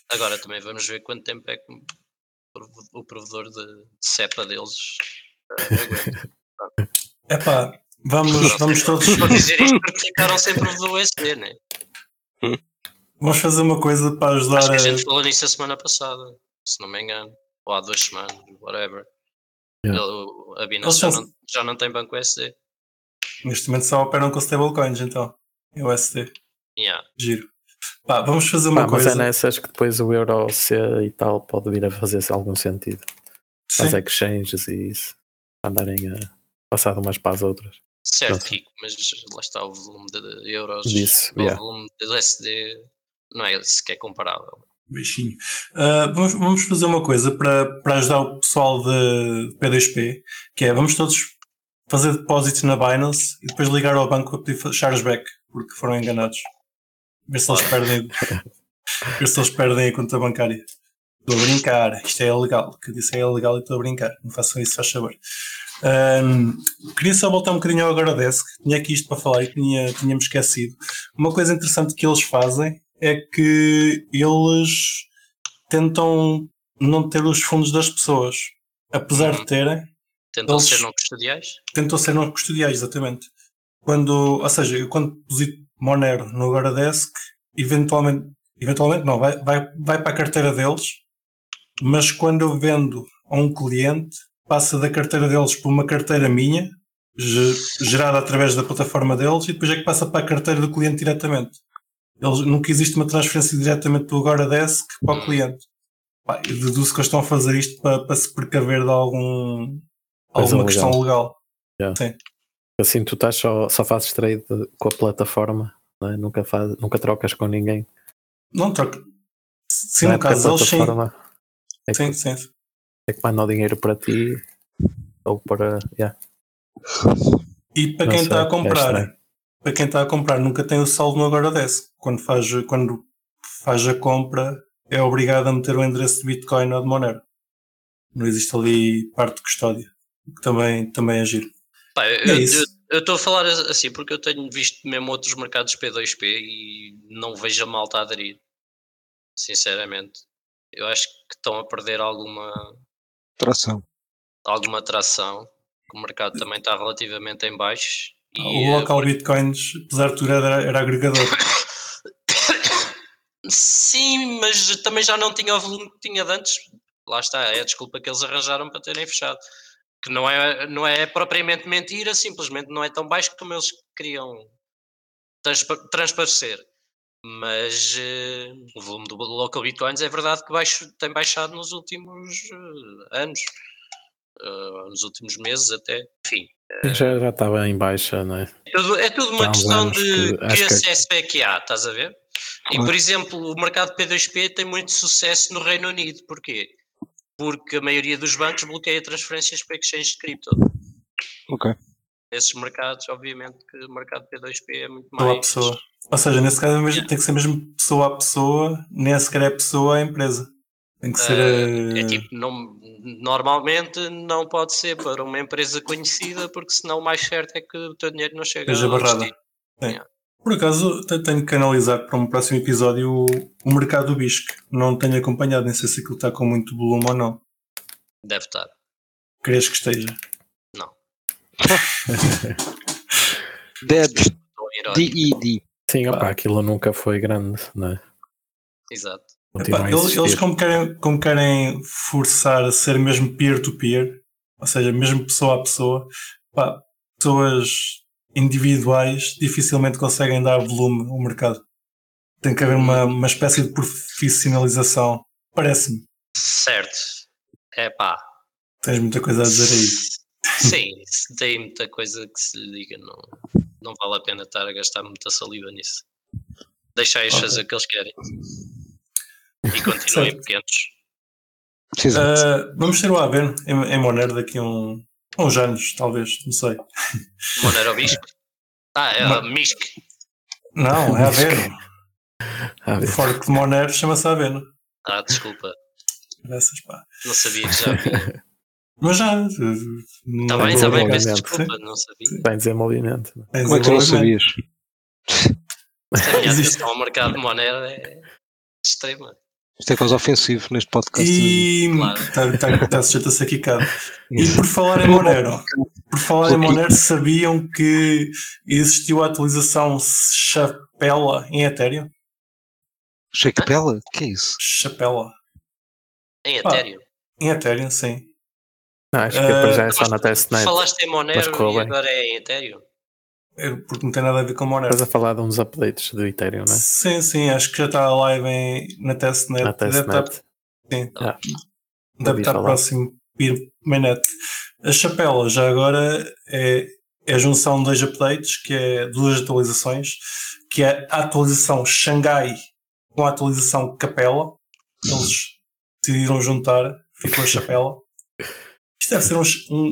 B: agora também vamos ver quanto tempo é que o prove- o provedor de de CEPA deles eh, aguenta.
A: Epá, vamos, vamos todos.
B: Vou dizer isto porque ficaram sem provedor USB, né?
A: Vamos fazer uma coisa para ajudar
B: Acho que a
A: a.
B: gente falou nisso a semana passada, se não me engano. Ou há duas semanas, whatever.
D: Yeah.
B: Ele- A
A: Eles
B: Binance já
A: são-
B: não, já não tem banco SD.
A: Neste momento só operam com stablecoins, então. USD.
B: Yeah.
A: Giro. Pá, vamos fazer uma
D: Pá, mas
A: coisa.
D: é nessas que depois o Euro C e tal pode vir a fazer-se algum sentido.
A: Sim.
D: As exchanges e isso andarem a passar de umas para as outras.
B: Certo,
D: Pronto.
B: Kiko, mas lá está o volume de euros.
D: Disso,
B: o
D: yeah.
B: volume de USD não é sequer comparável.
A: Beijinho. Ah, vamos, vamos fazer uma coisa para, para ajudar o pessoal de P2P, que é vamos todos fazer depósitos na Binance e depois ligar ao banco a pedir fa- chargeback, porque foram enganados. Ver se eles perdem, ver se eles perdem a conta bancária. Estou a brincar, isto é ilegal. O que eu disse é ilegal e estou a brincar. Não façam isso, faz saber. queria só voltar um bocadinho ao Agoradesk. Tinha aqui isto para falar e tinha, tinha-me esquecido. Uma coisa interessante que eles fazem é que eles tentam não ter os fundos das pessoas. Apesar de terem,
B: Tentam
A: Eles-
B: ser não custodiais?
A: tentam ser não custodiais, exatamente. Quando, ou seja, eu quando deposito Monero no Agoradesk, eventualmente, eventualmente não, vai, vai, vai para a carteira deles, mas quando eu vendo a um cliente, passa da carteira deles para uma carteira minha, ge- gerada através da plataforma deles, e depois é que passa para a carteira do cliente diretamente. Eles, nunca existe uma transferência diretamente do Agoradesk para o cliente. Pá, eu deduzo que eles estão a fazer isto para, para se precaver de algum,
D: Coisa
A: alguma questão legal.
D: Assim tu estás só, só fazes trade com a plataforma, não é? nunca, faz, nunca trocas com ninguém.
A: Não troca. Sim,
D: não é?
A: no
D: Porque a
A: caso deles, sim.
D: plataforma é que,
A: Sim, sim. sim.
D: é que manda o dinheiro para ti ou para. yeah.
A: E para
D: Não
A: quem
D: sei,
A: está a
D: é
A: comprar,
D: estranho.
A: para quem está a comprar, nunca tem o saldo no Agoradesk. Quando faz, quando faz a compra, é obrigado a meter o endereço de Bitcoin ou de Monero. Não existe ali parte de custódia. o Que também, também é giro.
B: Pá, eu-
A: É
B: eu-
A: isso.
B: eu estou a falar assim porque eu tenho visto mesmo outros mercados P2P e não vejo a malta aderir. Sinceramente, eu acho que estão a perder alguma,
C: Tração.
B: alguma atração. que O mercado também está relativamente em baixo. E, é,
A: o local Bitcoins, apesar de tudo, era, era agregador.
B: eh, Sim, mas também já não tinha o volume que tinha de antes. Lá está, é a desculpa que eles arranjaram para terem fechado. Que não é, não é propriamente mentira, simplesmente não é tão baixo como eles queriam transpa- transparecer. Mas eh, o volume do local bitcoins é verdade que baixo, tem baixado nos últimos eh, anos, Eh, nos últimos meses até. Enfim,
A: É.
D: Já, já estava em baixa, não é?
B: é tudo, é tudo
D: Há
B: uma
D: uns
B: questão
D: anos
B: de
D: que
B: que
D: acho que-
B: acesso é que há, estás a ver? E, por exemplo, o mercado P2P tem muito sucesso no Reino Unido. Porquê? Porque a maioria dos bancos bloqueia transferências para exchanges de cripto.
C: Ok.
B: Nesses mercados, obviamente, que o mercado P2P é muito
A: pessoa a
B: mais.
A: pessoa. Ou seja, nesse caso é mesmo- tem que ser mesmo pessoa a pessoa, nem sequer é pessoa a empresa. Tem que ser. eh,
B: Eh, É tipo, não, normalmente não pode ser para uma empresa conhecida, porque senão o mais certo é que o teu dinheiro não chega
A: Seja
B: ao
A: barrada.
B: destino.
A: Por acaso, te- tenho que analisar para um próximo episódio o, o mercado do BISC. Não tenho acompanhado, nem sei se aquilo está com muito volume ou não.
B: Deve estar.
A: Querias que esteja?
C: Dead,
B: Estou a irónico.
C: D-E-D.
D: Sim, opá, aquilo nunca foi grande, não é?
B: Exato.
D: Continua
A: Epá,
D: a
A: eles,
D: existir.
A: eles como, querem, como querem forçar a ser mesmo peer-to-peer, ou seja, mesmo pessoa a pessoa, pá, pessoas individuais dificilmente conseguem dar volume ao mercado. Tem que haver uma, uma espécie de profissionalização. Parece-me.
B: Certo. É pá.
A: Tens muita coisa a dizer aí.
B: Sim, se tem muita coisa que se lhe diga, não, não vale a pena estar a gastar muita saliva nisso. Deixa eles fazer o que eles querem. E continuem
A: Certo.
B: pequenos.
C: Precisa.
A: Ah, vamos ter o Aven em, em Monero daqui a um, uns anos, talvez, não sei.
B: Monero Bisque. Ah, é
A: Ma-
B: a Misc.
A: Não, é Aven.
D: Ah,
A: O fork de Monero chama-se Aven.
B: Ah, desculpa.
A: Graças, pá.
B: Não sabia que já havia.
A: Mas já. eh, é
B: Está
A: Também,
B: Tá bem, está bem, peço
D: Obviamente.
B: desculpa, não sabia.
D: Está em desenvolvimento. não é?
C: Como é que tu não sabias?
B: A minha
A: Existe.
B: atenção ao mercado de Monero é extrema.
C: Isto é quase ofensivo neste podcast.
A: E
B: Claro.
A: está tá, tá sujeito a ser quicado. E por falar em Monero, por falar em Monero, sabiam que existiu a atualização Chapela em Ethereum?
C: Shakepela? O que é isso?
A: Chapela.
B: Em
A: Pá,
B: Ethereum.
A: Em Ethereum, sim.
D: Não, acho que para já é só na
B: Mas
D: testnet.
B: Falaste em Monero
D: correu
B: e
D: bem.
B: agora é em Ethereum.
A: É, Porque não tem nada a ver com Monero.
D: Estás a falar de uns updates do Ethereum, não é?
A: Sim, sim, acho que já está live em, na testnet.
D: Na
A: Deve estar,
D: testnet.
A: sim.
D: Ah,
A: deve
D: ouvi
A: estar
D: falar.
A: próximo de ir mainnet. A chapela já agora é, é a junção de dois updates, que é duas atualizações, que é a atualização Xangai com a atualização Capela. Eles decidiram juntar, ficou a chapela. Isto deve ser um, ch- um,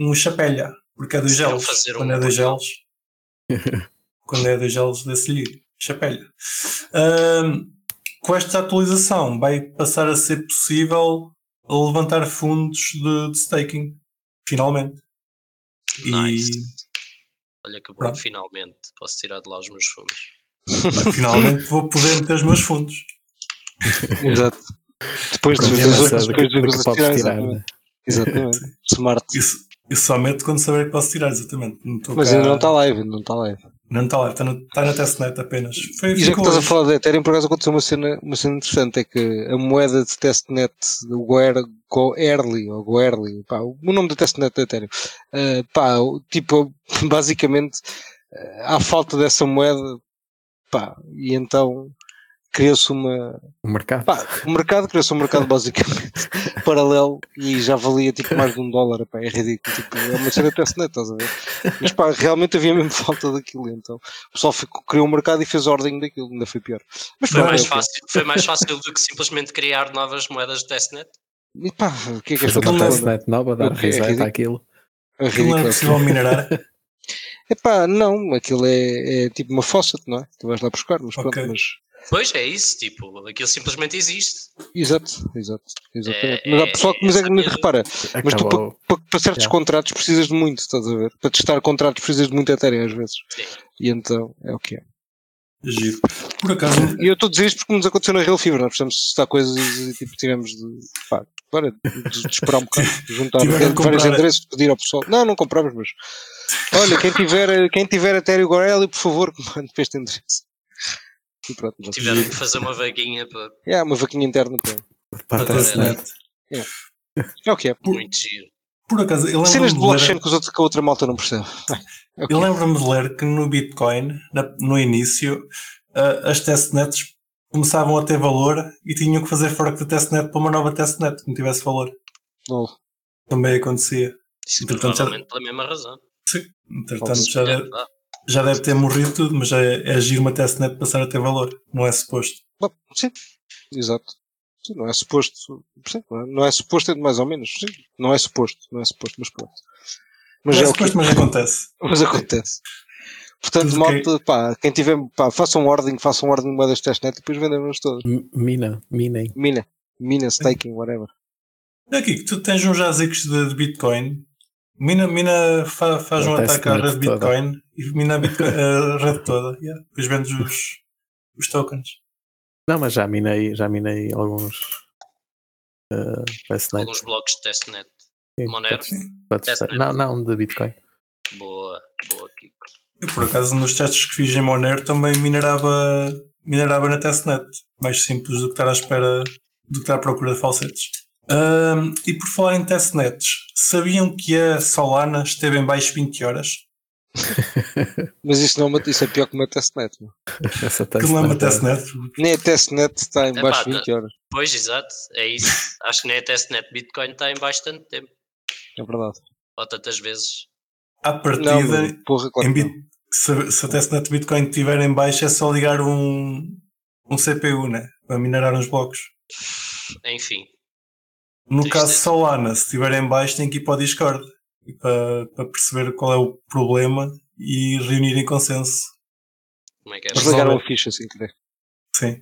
A: um, um chapelha, porque é dois
B: Decidiram
A: gelos.
B: fazer um
A: Quando é dois
B: portal.
A: gelos. quando é dois gelos, desse-lhe chapelha. Ahm, com esta atualização vai passar a ser possível levantar fundos de, de staking, finalmente. E
B: Nice. Olha que bom,
A: Pronto.
B: finalmente posso tirar de lá os meus fundos.
A: finalmente vou poder meter os meus fundos.
C: Exato. Depois de
D: Pronto,
C: ver
D: já
C: as
D: sabe do que-
C: coisas
D: do que podes tirar. não é?
C: Exatamente. Smart.
A: Isso, isso só meto quando saber que posso tirar, exatamente. Não
D: Um
A: estou
C: Mas
A: cá-
C: ainda não tá- está live, ainda não está live.
A: Não está lá, está, no, está na testnet apenas. Foi,
C: E já que
A: ficou
C: estás a
A: hoje.
C: falar de Ethereum, por acaso aconteceu uma cena, uma cena interessante, é que a moeda de testnet, o Goer, Goerli, ou Goerli, pá, o nome da testnet da Ethereum, eh, pá, o- tipo, basicamente, eh, há falta dessa moeda, pá, e então criou-se uma,
D: O mercado.
C: pá, é o mercado, criou-se um mercado basicamente paralelo e já valia tipo mais de um dólar, pá, é ridículo, tipo, é uma cena de testnet, estás a ver? Mas pá, realmente havia mesmo falta daquilo, então o pessoal ficou- criou um mercado e fez ordem daquilo, ainda foi pior. Mas
B: Foi
C: pronto,
B: mais,
C: é o quê?
B: fácil, foi mais fácil do que simplesmente criar novas moedas de testnet.
C: E pá, o que é que
D: Fez
C: esta
D: uma
A: aquilo-
D: testnet nova, dar
C: O que é
D: reset
C: ridículo?
D: àquilo.
C: é
A: Aquilo não é
C: ridícula?
A: possível minerar.
C: Epá, não, aquilo é, é tipo uma faucet, não é? Tu vais lá buscar, mas pronto,
A: Ok.
C: mas.
B: Pois é isso, tipo, aquilo simplesmente existe.
C: Exato, exato, exatamente.
B: É-
C: mas há
B: é-
C: pessoal que, mas é que me
B: essa-
C: repara, mas tu
D: Acabou.
C: para, para certos
A: É.
D: Yeah.
C: contratos precisas de muito, estás a ver? Para testar contratos precisas de muito Ethereum às vezes.
B: Sim.
C: E então é o que é.
A: Giro. Por acaso,
C: E eu estou a dizer isto porque nos aconteceu na Real Fever, é? nós precisamos testar coisas e tipo tiramos de. pá, bora de, de esperar um bocado, de juntar
A: Tiveram que comprar-
C: vários endereços, pedir ao pessoal. Não, não compramos, mas. Olha, quem tiver, quem tiver Ethereum Gorelli, por favor, que mande para este endereço. E pronto, já.
B: Tiveram que fazer uma vaguinha para.
C: É, uma vaquinha interna. Pá.
A: a
D: Para a testnet.
A: testnet.
C: É o que é.
B: Muito giro.
A: Por acaso, eu lembro-me
C: Cenas de
A: de ler,
C: blockchain que, os outros, que a outra malta não percebe. É o que
A: eu
C: é.
A: lembro-me de ler que no Bitcoin, na- no início, ah, as testnets começavam a ter valor e tinham que fazer fork da testnet para uma nova testnet que não tivesse valor.
C: Lol.
A: Também acontecia.
B: Isso
A: Entretanto, já-
B: provavelmente pela mesma razão.
A: Entretanto,
C: Pode-se
A: já
B: Já
A: deve, já deve ter morrido tudo, mas é, é agir uma testnet passar a ter valor. Não é suposto.
C: Bom, Sim, exato. Sim, não é suposto. percebe? Não é, não é suposto, é de mais ou menos. Sim, não é suposto, não é suposto, mas pronto. Mas
A: Não
C: é,
A: é
C: o que
A: suposto, mas acontece.
C: mas acontece. Portanto,
A: Tudo que-
C: malta, pá, quem tiver, pá, façam ordem, façam ordem de moedas de testnet e depois vendemos todas.
D: M- Mina, minem.
C: Mina, mina, staking, whatever.
A: Aqui, tu tens uns jazicos de, de Bitcoin. Mina, mina fa- faz
D: Não
A: um
D: tem
A: ataque à
D: essa
A: rede
D: rede toda.
A: Bitcoin e mina a, Bitcoin, a rede toda. Yeah. Depois vendes os, os tokens.
D: Não, mas já minei, já minei alguns. Uh, testnet.
B: Alguns blocos de testnet.
D: Sim,
B: Monero.
D: test- para testar. Não,
B: Testnet.
D: não, de Bitcoin.
B: Boa, boa, Kiko.
A: Eu, por acaso, nos testes que fiz em Monero também minerava, minerava na testnet. Mais simples do que estar à espera, do que estar à procura de falsetes. Ahm, e por falar em testnets, sabiam que a Solana esteve em baixo 20 horas?
C: Mas isso, não, é uma- isso é pior que uma testnet. Meu.
D: Essa
A: Que lembra
D: testnet é-
A: testnet?
C: Nem a testnet está em
B: Epá,
C: baixo
B: tá.
C: 20 horas.
B: Pois, exato, é isso. Acho que nem a testnet Bitcoin está em bastante tempo.
C: É verdade.
B: Ou tantas vezes.
A: À
C: Não,
A: partida,
C: meu, porra, claro.
A: Em
C: que não.
A: bit- se, se a testnet Bitcoin estiver em baixo é só ligar um, um CPU, né? Para minerar uns blocos.
B: Enfim,
A: No
B: Triste.
A: caso Solana, se estiver em baixo tem que ir para o Discord e para, para perceber qual é o problema e reunir em consenso.
B: como é que é?
C: Eles ligaram a ficha sem querer.
A: Sim.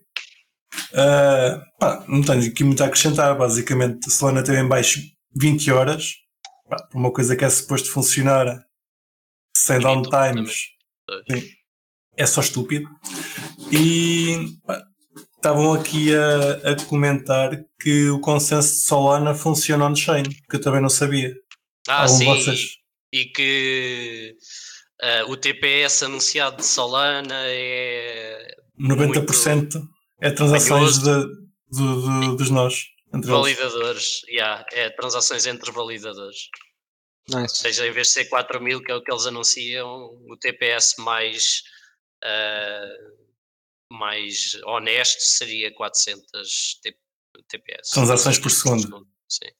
A: Ah, pá, não tenho aqui muito a acrescentar, basicamente. Solana esteve em baixo 20 horas. Pá, por uma coisa que é suposto funcionar sem
B: Infinito,
A: downtimes.
B: Pois.
A: Sim. É só estúpido. E pá, estavam aqui a, a comentar que o consenso de Solana funciona on-chain, que eu também não sabia.
B: Ah,
A: Algum de
B: sim,
A: um vocês?
B: e que ah, o TPS anunciado de Solana é
A: 90% é transações de, do- do- dos nós. Entre eles.
B: validadores, yeah, é transações entre validadores. Ou
C: Nice.
B: seja, em vez de ser 4 mil, que é o que eles anunciam, o TPS mais, ah, mais honesto seria 400 T- TPS.
A: Transações por segundo.
B: Sim.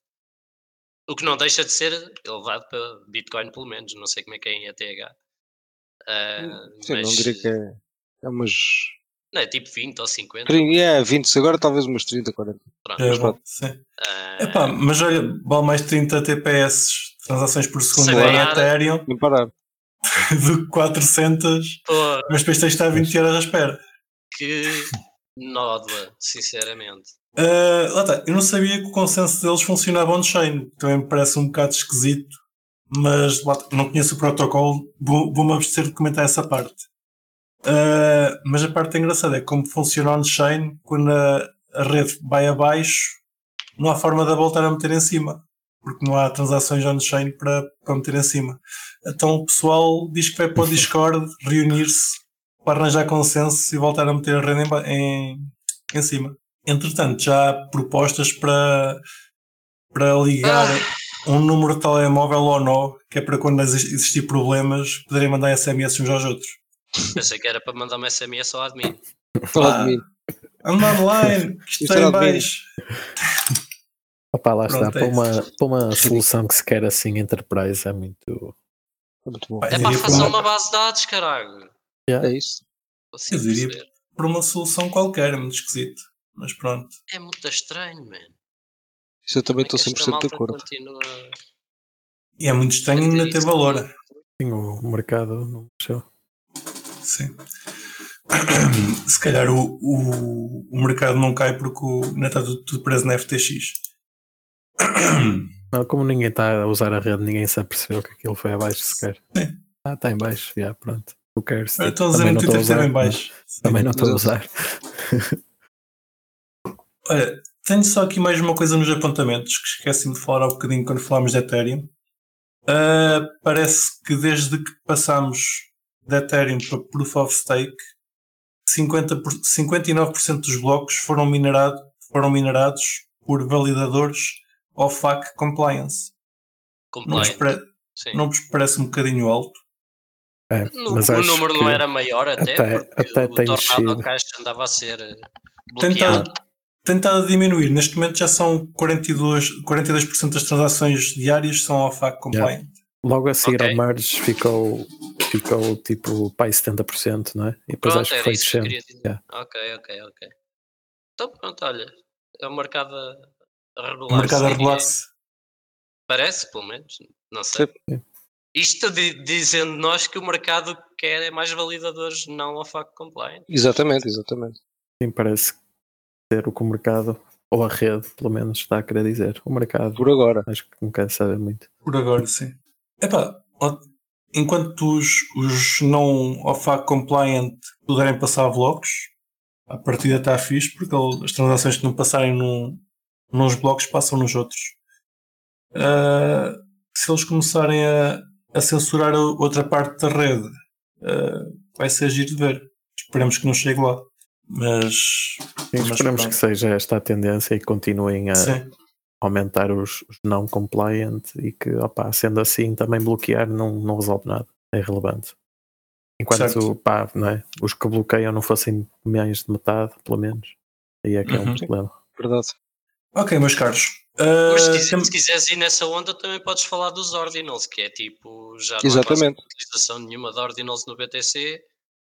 B: O que não deixa de ser elevado para Bitcoin, pelo menos. Não sei como é que é em ETH. Ah,
C: Sim, não
B: mas,
C: diria que é. É umas.
B: não, é tipo 20 ou 50.
C: É, 20, agora talvez umas 30, 40.
B: Pronto.
A: É,
C: pronto.
A: sim.
B: Ah,
A: É, Epá, mas olha, vale mais 30 TPS transações por segundo
B: Sem
A: em
B: nada.
A: Ethereum
C: Não parar.
A: do que 400,
B: pô,
A: mas depois tens de estar 20 horas à espera.
B: que nódoa, sinceramente.
A: Ah, lá está, eu não sabia que o consenso deles funcionava on-chain, também me parece um bocado esquisito, mas lá está, não conheço o protocolo, vou- vou-me abster de comentar essa parte. Ah, mas a parte engraçada é como funciona on-chain, quando a, a rede vai abaixo, não há forma de a voltar a meter em cima, porque não há transações on-chain para, para meter em cima. Então o pessoal diz que vai para o Discord reunir-se para arranjar consenso e voltar a meter a rede em ba- em, em cima. Entretanto, já há propostas para, para ligar um número de telemóvel ou não, que é para quando exis- existir problemas poderem mandar SMS uns aos outros.
B: Pensei que era para mandar um uma SMS ao admin.
C: Falar de mim.
A: Anda online, é que isto
C: Isto
A: está
C: era
A: em
C: de mim.
A: baixo.
D: Opá, lá está.
A: Pronto, é
D: Para uma, para uma solução que se quer assim, Enterprise, é muito.
C: É muito bom.
A: Pá,
B: É
A: eu
B: para
A: diria
B: fazer
A: por
B: uma base de dados, caralho.
C: É isso.
B: Consigo
A: Eu diria-
B: perceber.
A: por uma solução qualquer, é muito esquisito. Mas pronto.
B: É muito estranho, mano.
C: Isso eu também
B: Como é que
C: estou
B: esta
C: 100% de
B: malta
C: acordo.
B: Continua...
A: E é muito estranho ainda ter valor.
D: Sim, o mercado não mexeu.
A: Sim. Se calhar o, o, o mercado não cai porque o, ainda está tudo, tudo preso na FTX.
D: Não, como ninguém está a usar a rede, ninguém se apercebeu que aquilo foi abaixo sequer.
A: Sim.
D: Ah, está em baixo, já, pronto. Who cares?
A: Eu Estou a dizer no Twitter que esteve em baixo. Sim.
D: Também não estou a
C: Mas-
D: usar.
A: Olha, tenho só aqui mais uma coisa nos apontamentos que esqueci-me de falar há bocadinho quando falámos de Ethereum. Ah, parece que desde que passámos de Ethereum para Proof of Stake, 50 por- 59% dos blocos foram, minerado, foram minerados por validadores OFAC Compliance. Não vos,
B: Compliant.
A: pare-
B: Sim.
A: não vos parece um bocadinho alto?
D: É,
B: No-
D: mas
B: o
D: acho
B: número não
D: que-
B: era maior até,
D: até-
B: porque
D: até
B: o
D: tem
B: tornado
D: descido.
B: caixa andava a ser eh, bloqueado.
A: Tentado, tentado diminuir. Neste momento já são 42, 42% das transações diárias são OFAC Compliant.
D: Logo a seguir
B: Ok.
D: ao merge ficou, ficou tipo pai 70%, não é? E depois
B: Pronto,
D: acho que
B: era
D: foi
B: isso que eu
D: descendo.
B: queria dizer.
D: Yeah.
B: Ok, ok, ok. Então pronto, olha, é um mercado a regular.
A: O mercado a regular-se.
B: Parece, pelo menos. Não sei. Isto di- dizendo nós que o mercado quer é mais validadores não ao fact compliant.
C: Exatamente, exatamente.
D: Sim, parece ser o que o mercado, ou a rede, pelo menos, está a querer dizer. O mercado,
C: Por agora.
D: acho que não quero saber muito.
A: Por agora, sim. Epá, ó- enquanto os, os não OFAC compliant puderem passar blocos, a partida está fixe, porque ele- as transações que não passarem num, nos blocos passam nos outros. Ah, se eles começarem a, a censurar a outra parte da rede, ah, vai ser giro de ver. Esperemos que não chegue lá. Mas.
D: Sim,
A: mas
D: esperamos
A: pronto.
D: que seja esta a tendência e continuem a
A: Sim,
D: aumentar os, os não compliant e que, opá, sendo assim, também bloquear não, não resolve nada. É irrelevante. Enquanto
A: Certo.
D: pá, não é? os que bloqueiam não fossem mais de metade, pelo menos, aí é que é um
A: Uhum.
D: problema.
C: Verdade.
A: Ok, meus caros. Ah,
B: Mas se, quise-
A: temos-
B: se quiseres ir nessa onda, também podes falar dos ordinals, que é tipo, já não há quase
C: Exatamente.
B: utilização nenhuma de ordinals no BTC.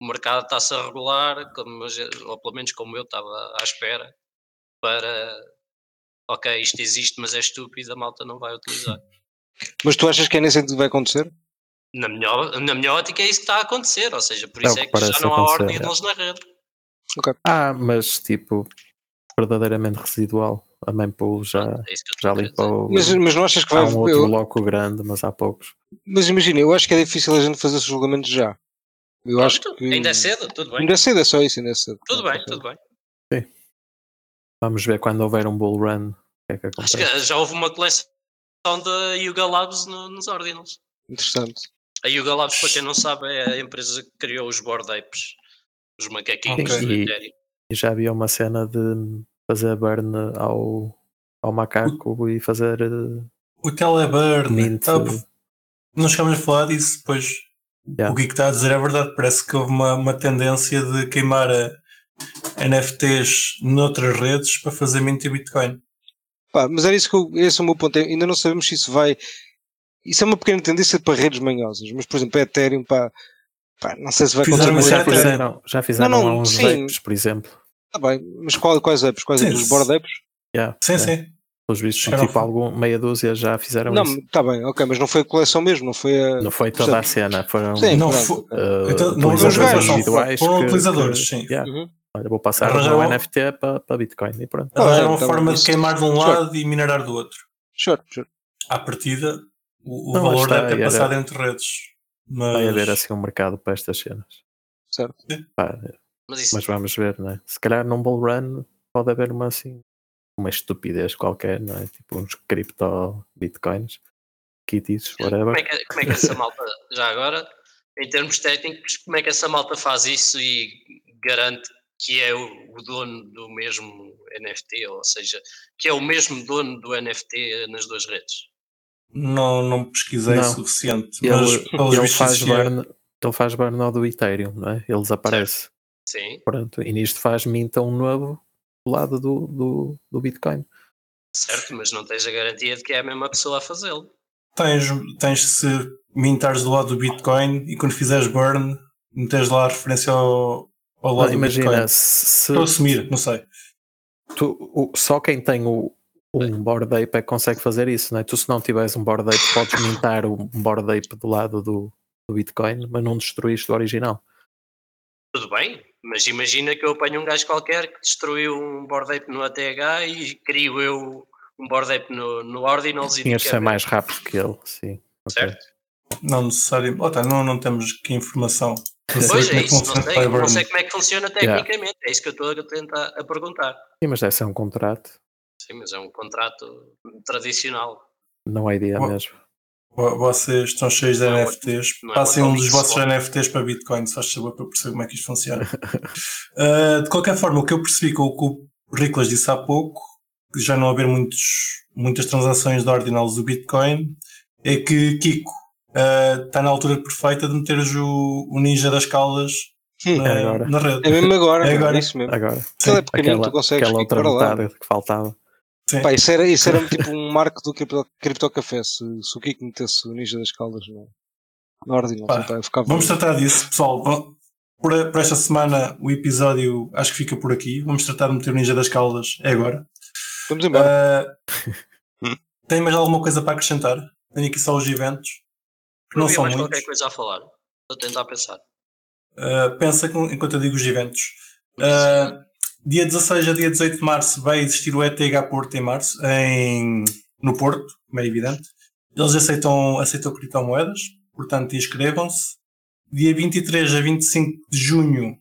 B: O mercado está-se a regular, como, a gen- ou pelo menos como eu estava à espera, para ok, isto existe, mas é estúpido, a malta não vai utilizar.
C: Mas tu achas que é nesse sentido que vai acontecer?
B: Na minha, ó- na minha ótica é isso que está a acontecer, ou seja, por
D: É o
B: isso
D: que
B: é que já
D: parece
B: não há
D: acontecer, é.
B: ordinals na rede.
D: Ah, mas tipo, verdadeiramente residual. A Mempool já,
B: É isso que
D: já
B: eu estou a querer dizer.
D: limpou.
C: Mas, mas não achas que vai.
D: há um outro
C: eu-
D: bloco grande, mas há poucos.
C: mas imagina, eu acho que é difícil a gente fazer esse julgamento já. Eu acho
B: Pronto,
C: que.
B: Ainda é cedo, tudo bem.
C: Ainda é cedo, é só isso, ainda é cedo.
B: Tudo bem, tudo bem.
D: Vamos ver quando houver um bull run. O que é que acontece?
B: Acho que já houve uma coleção da Yuga Labs no- nos ordinals.
C: Interessante.
B: A Yuga Labs, para quem não sabe, é a empresa que criou os Bored Apes, os macaquinhos
A: Ok.
B: do Ethereum.
D: E já havia uma cena de fazer burn ao, ao
C: Uhum.
D: macaco e fazer eh,
A: O Teleburn.
D: mint.
A: Tá, não chegámos a falar disso, pois
D: Yeah.
A: o que está a dizer é verdade. Parece que houve uma, uma tendência de queimar a- NFTs noutras redes para fazer mint e Bitcoin.
C: Pá, mas era isso que eu, esse é o meu ponto. é, Ainda não sabemos se isso vai. Isso é uma pequena tendência para redes manhosas, mas por exemplo, a Ethereum, pá, pá, não sei se vai
A: Fizeram
C: acontecer
A: uma certa-
C: com
D: Já
C: Ethereum.
D: fizeram, já fizeram
C: Não, não,
D: há uns
C: sim.
D: vapes, por exemplo.
C: Tá bem, mas qual, quais apps? Quais
A: Sim,
C: apps? Os
A: se-
C: board apps?
D: Yeah,
A: Sim,
D: é.
A: sim.
D: Pelos vistos,
A: Chegaram
D: tipo,
A: a-
D: algum, meia dúzia já fizeram
C: Não,
D: isso.
C: tá bem, ok, mas não foi a coleção mesmo, não foi a.
D: Não foi toda a cena, foram
C: Sim,
A: não
C: pronto,
A: foi-
C: ok.
D: eh,
A: Então, não
D: utilizadores
C: usaram, não,
D: individuais.
A: foram
D: que-
A: utilizadores,
D: que-
A: sim. um.
D: yeah.
C: Uhum.
D: Olha, vou passar
A: Arranjaram-
D: o meu NFT para, para Bitcoin e pronto.
C: Ah,
A: Arranjaram é uma
C: então,
A: forma de
C: isso-
A: queimar de um
C: Sure.
A: lado e minerar do outro.
C: Sure, sure.
A: À partida, o, o
D: Não,
A: valor
D: está,
A: deve ter
D: era-
A: passado entre redes. Mas
D: Vai haver assim um mercado para estas cenas.
C: Certo.
D: Pá,
B: Mas isso
D: mas vamos ver, não é? Se calhar num bull run pode haver uma assim, uma estupidez qualquer, não é? Tipo uns cripto bitcoins, kitties,
B: Como é,
D: whatever.
B: que, como é que essa malta, já agora, em termos técnicos, como é que essa malta faz isso e garante que é o, o dono do mesmo NFT, ou seja, que é o mesmo dono do NFT nas duas redes?
A: não, não pesquisei
D: Não.
A: o suficiente. Mas
D: Ele,
A: pelos
D: ele
A: vistos
D: faz
A: isso é-
D: burn, ele faz burn ao do Ethereum, não é? Ele desaparece.
B: Sim,
D: Pronto, e nisto faz minta um novo do lado do, do, do Bitcoin.
B: certo, mas não tens a garantia de que é a mesma pessoa a fazê-lo.
A: tens, tens se mintares do lado do Bitcoin e quando fizeres burn, meteres lá a referência ao, ao lado
D: Não,
A: do
D: imagina,
A: Bitcoin.
D: se,
A: Estou a assumir, não sei.
D: tu- o- só quem tem o, um board ape é que consegue fazer isso, não é? Tu se não tiveres um board ape podes mintar um board ape do lado do, do Bitcoin, mas não destruíste o original.
B: Tudo bem, mas imagina que eu apanho um gajo qualquer que destruiu um board ape no ATH e crio eu um board ape no, no Ordinals e
D: Tinhas de
B: digo que
D: ser
B: é meu,
D: mais rápido que ele, sim. Ok.
B: certo?
A: Não necessário. Oh, tá, não, não temos que informação. Não sei
B: Pois
A: como
B: é,
A: que
B: isso, não
A: funciona
B: sei, não
A: Fireburn.
B: sei como é que funciona
D: Yeah.
B: tecnicamente, é isso que eu estou a tentar a perguntar.
D: Sim, mas deve ser um contrato,
B: Sim, mas é um contrato tradicional.
D: não é ideia
A: Oh.
D: mesmo.
A: Vo- Vocês estão cheios de
B: Não é
A: NFTs.
B: não é
A: Passem
B: uma
A: um dos
B: coisa
A: vossos
B: só.
A: NFTs para Bitcoin, se faz favor, para eu perceber como é que isto Eh, funciona. Uh, de qualquer forma, o que eu percebi com o que o Riclas disse há pouco já não haver muitos, muitas transações de ordinals do Bitcoin, é que Kiko ah, está na altura perfeita de meteres o, o ninja das caldas
C: Hum,
A: na,
D: agora.
A: na rede.
C: É mesmo agora,
A: É
C: é
A: agora.
C: isso mesmo.
D: Agora,
C: Aquilo é pequenino,
D: aquela,
C: tu consegues
D: aquela
C: ir
D: outra
C: para lá.
D: metade que faltava.
A: Sim.
C: Pá, isso era, isso era tipo um marco do cripto, criptocafé. Se, se o Kiko metesse o Ninja das Caldas no, na ordem,
A: Pá,
C: eu ficava.
A: Vamos tratar disso, pessoal. Va- Por, por esta semana o episódio acho que fica por aqui. Vamos tratar de meter o Ninja das Caldas. É agora.
C: Vamos embora.
B: Hum?
A: Ah, tem mais alguma coisa para acrescentar? Tenho aqui só os eventos. Que não
B: havia
A: são
B: mais
A: muitos.
B: qualquer coisa a falar. Estou a tentar pensar.
A: Uh, pensa com- enquanto eu digo os eventos. Uh, dia 16 a dia 18 de março vai existir o ETH Porto em março, em, no Porto, como é evidente. Eles aceitam, aceitam criptomoedas, portanto inscrevam-se. Dia 23 a 25 de junho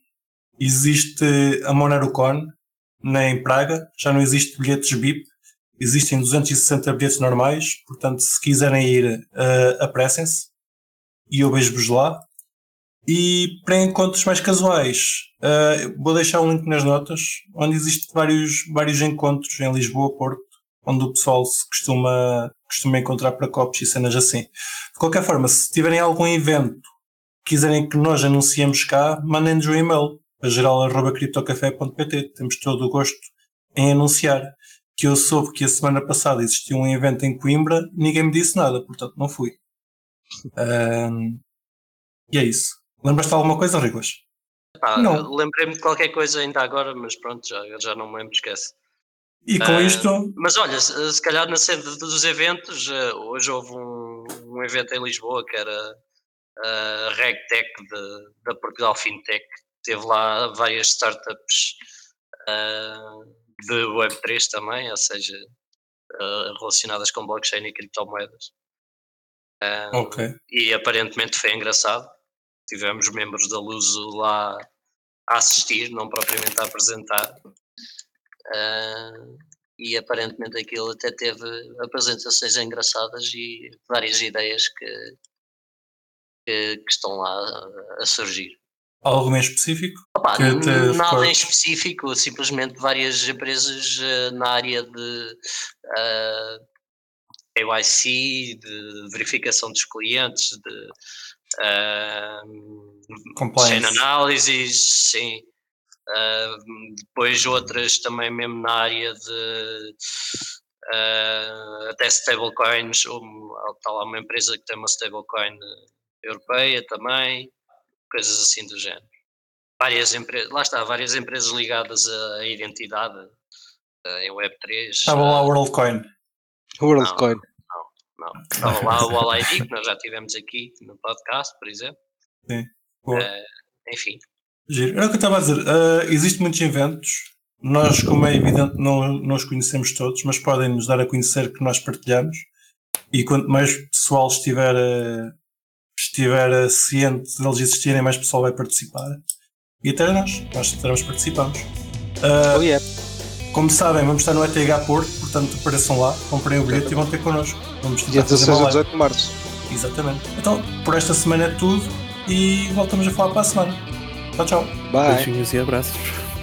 A: existe a MonaroCon na- em Praga. Já não existe bilhetes BIP, existem 260 bilhetes normais, portanto se quiserem ir, uh, apressem-se. E eu vejo-vos lá. E para encontros mais casuais, eh, vou deixar um link nas notas, onde existem vários, vários encontros em Lisboa, Porto, onde o pessoal se costuma, costuma encontrar para copos e cenas assim. De qualquer forma, se tiverem algum evento que quiserem que nós anunciemos cá, mandem-nos um e-mail para geral.criptocafé.pt. Temos todo o gosto em anunciar. Que eu soube que a semana passada existiu um evento em Coimbra, ninguém me disse nada, portanto não fui. Ahm, e é isso. Lembras-te de alguma coisa, Riclas?
B: Pá,
A: Não.
B: Lembrei-me de qualquer coisa ainda agora, mas pronto, já, já não me lembro, esquece.
A: E com
B: Ah,
A: isto,
B: Mas olha, se, se calhar na sede dos eventos, eh, hoje houve um, um evento em Lisboa que era eh, a RegTech de- da Portugal FinTech. Teve lá várias startups ah, de Web3 também, ou seja, ah, relacionadas com blockchain e criptomoedas. Ah,
A: ok.
B: e aparentemente foi engraçado. Tivemos membros da Luso lá a assistir, não propriamente a apresentar. Ah, e aparentemente aquilo até teve apresentações engraçadas e várias ideias que, que, que estão lá a surgir.
A: Algum em específico?
B: Opa,
A: Que te
B: nada
A: recordes?
B: em específico, simplesmente várias empresas eh, na área de ah, KYC, de verificação dos clientes, de ah, chain
A: Compliance.
B: analysis, sim. Ah, depois outras também mesmo na área de ah, até stablecoins, um- está lá uma empresa que tem uma stablecoin europeia também, coisas assim do género várias empresas, lá está, várias empresas ligadas à à identidade eh, em ah, Web3.
A: Estava lá o WorldCoin. Ah,
C: WorldCoin.
B: Estava lá o OLID, que nós já tivemos aqui no podcast, por exemplo.
A: Boa.
B: Eh, enfim,
A: Giro. Era o que eu estava a dizer. Ah, existem muitos eventos. Nós, como é evidente, não, não os conhecemos todos, mas podem nos dar a conhecer que nós partilhamos. E quanto mais pessoal estiver, ah, estiver ah, ciente deles existirem, mais pessoal vai participar. E até nós. Nós teremos participamos. Ah,
C: Oh, yeah.
A: como sabem, vamos estar no ETH Porto, portanto apareçam lá, comprem o bilhete e vão ter connosco. Vamos
C: Dia
A: tentar fazer
C: 16
A: uma
C: a
A: live.
C: 18 de março.
A: Exatamente. Então, por esta semana é tudo e voltamos a falar para a semana. Tchau, tchau.
C: Bye.
D: Beijinhos e abraços.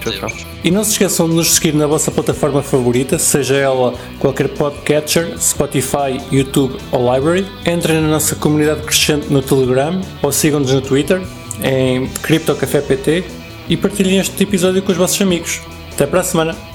D: Tchau, tchau.
A: E não se esqueçam de nos seguir na vossa plataforma favorita, seja ela qualquer podcatcher, Spotify, YouTube ou Library. Entrem na nossa comunidade crescente no Telegram ou sigam-nos no Twitter em CryptoCafépt e partilhem este episódio com os vossos amigos. Até para a semana!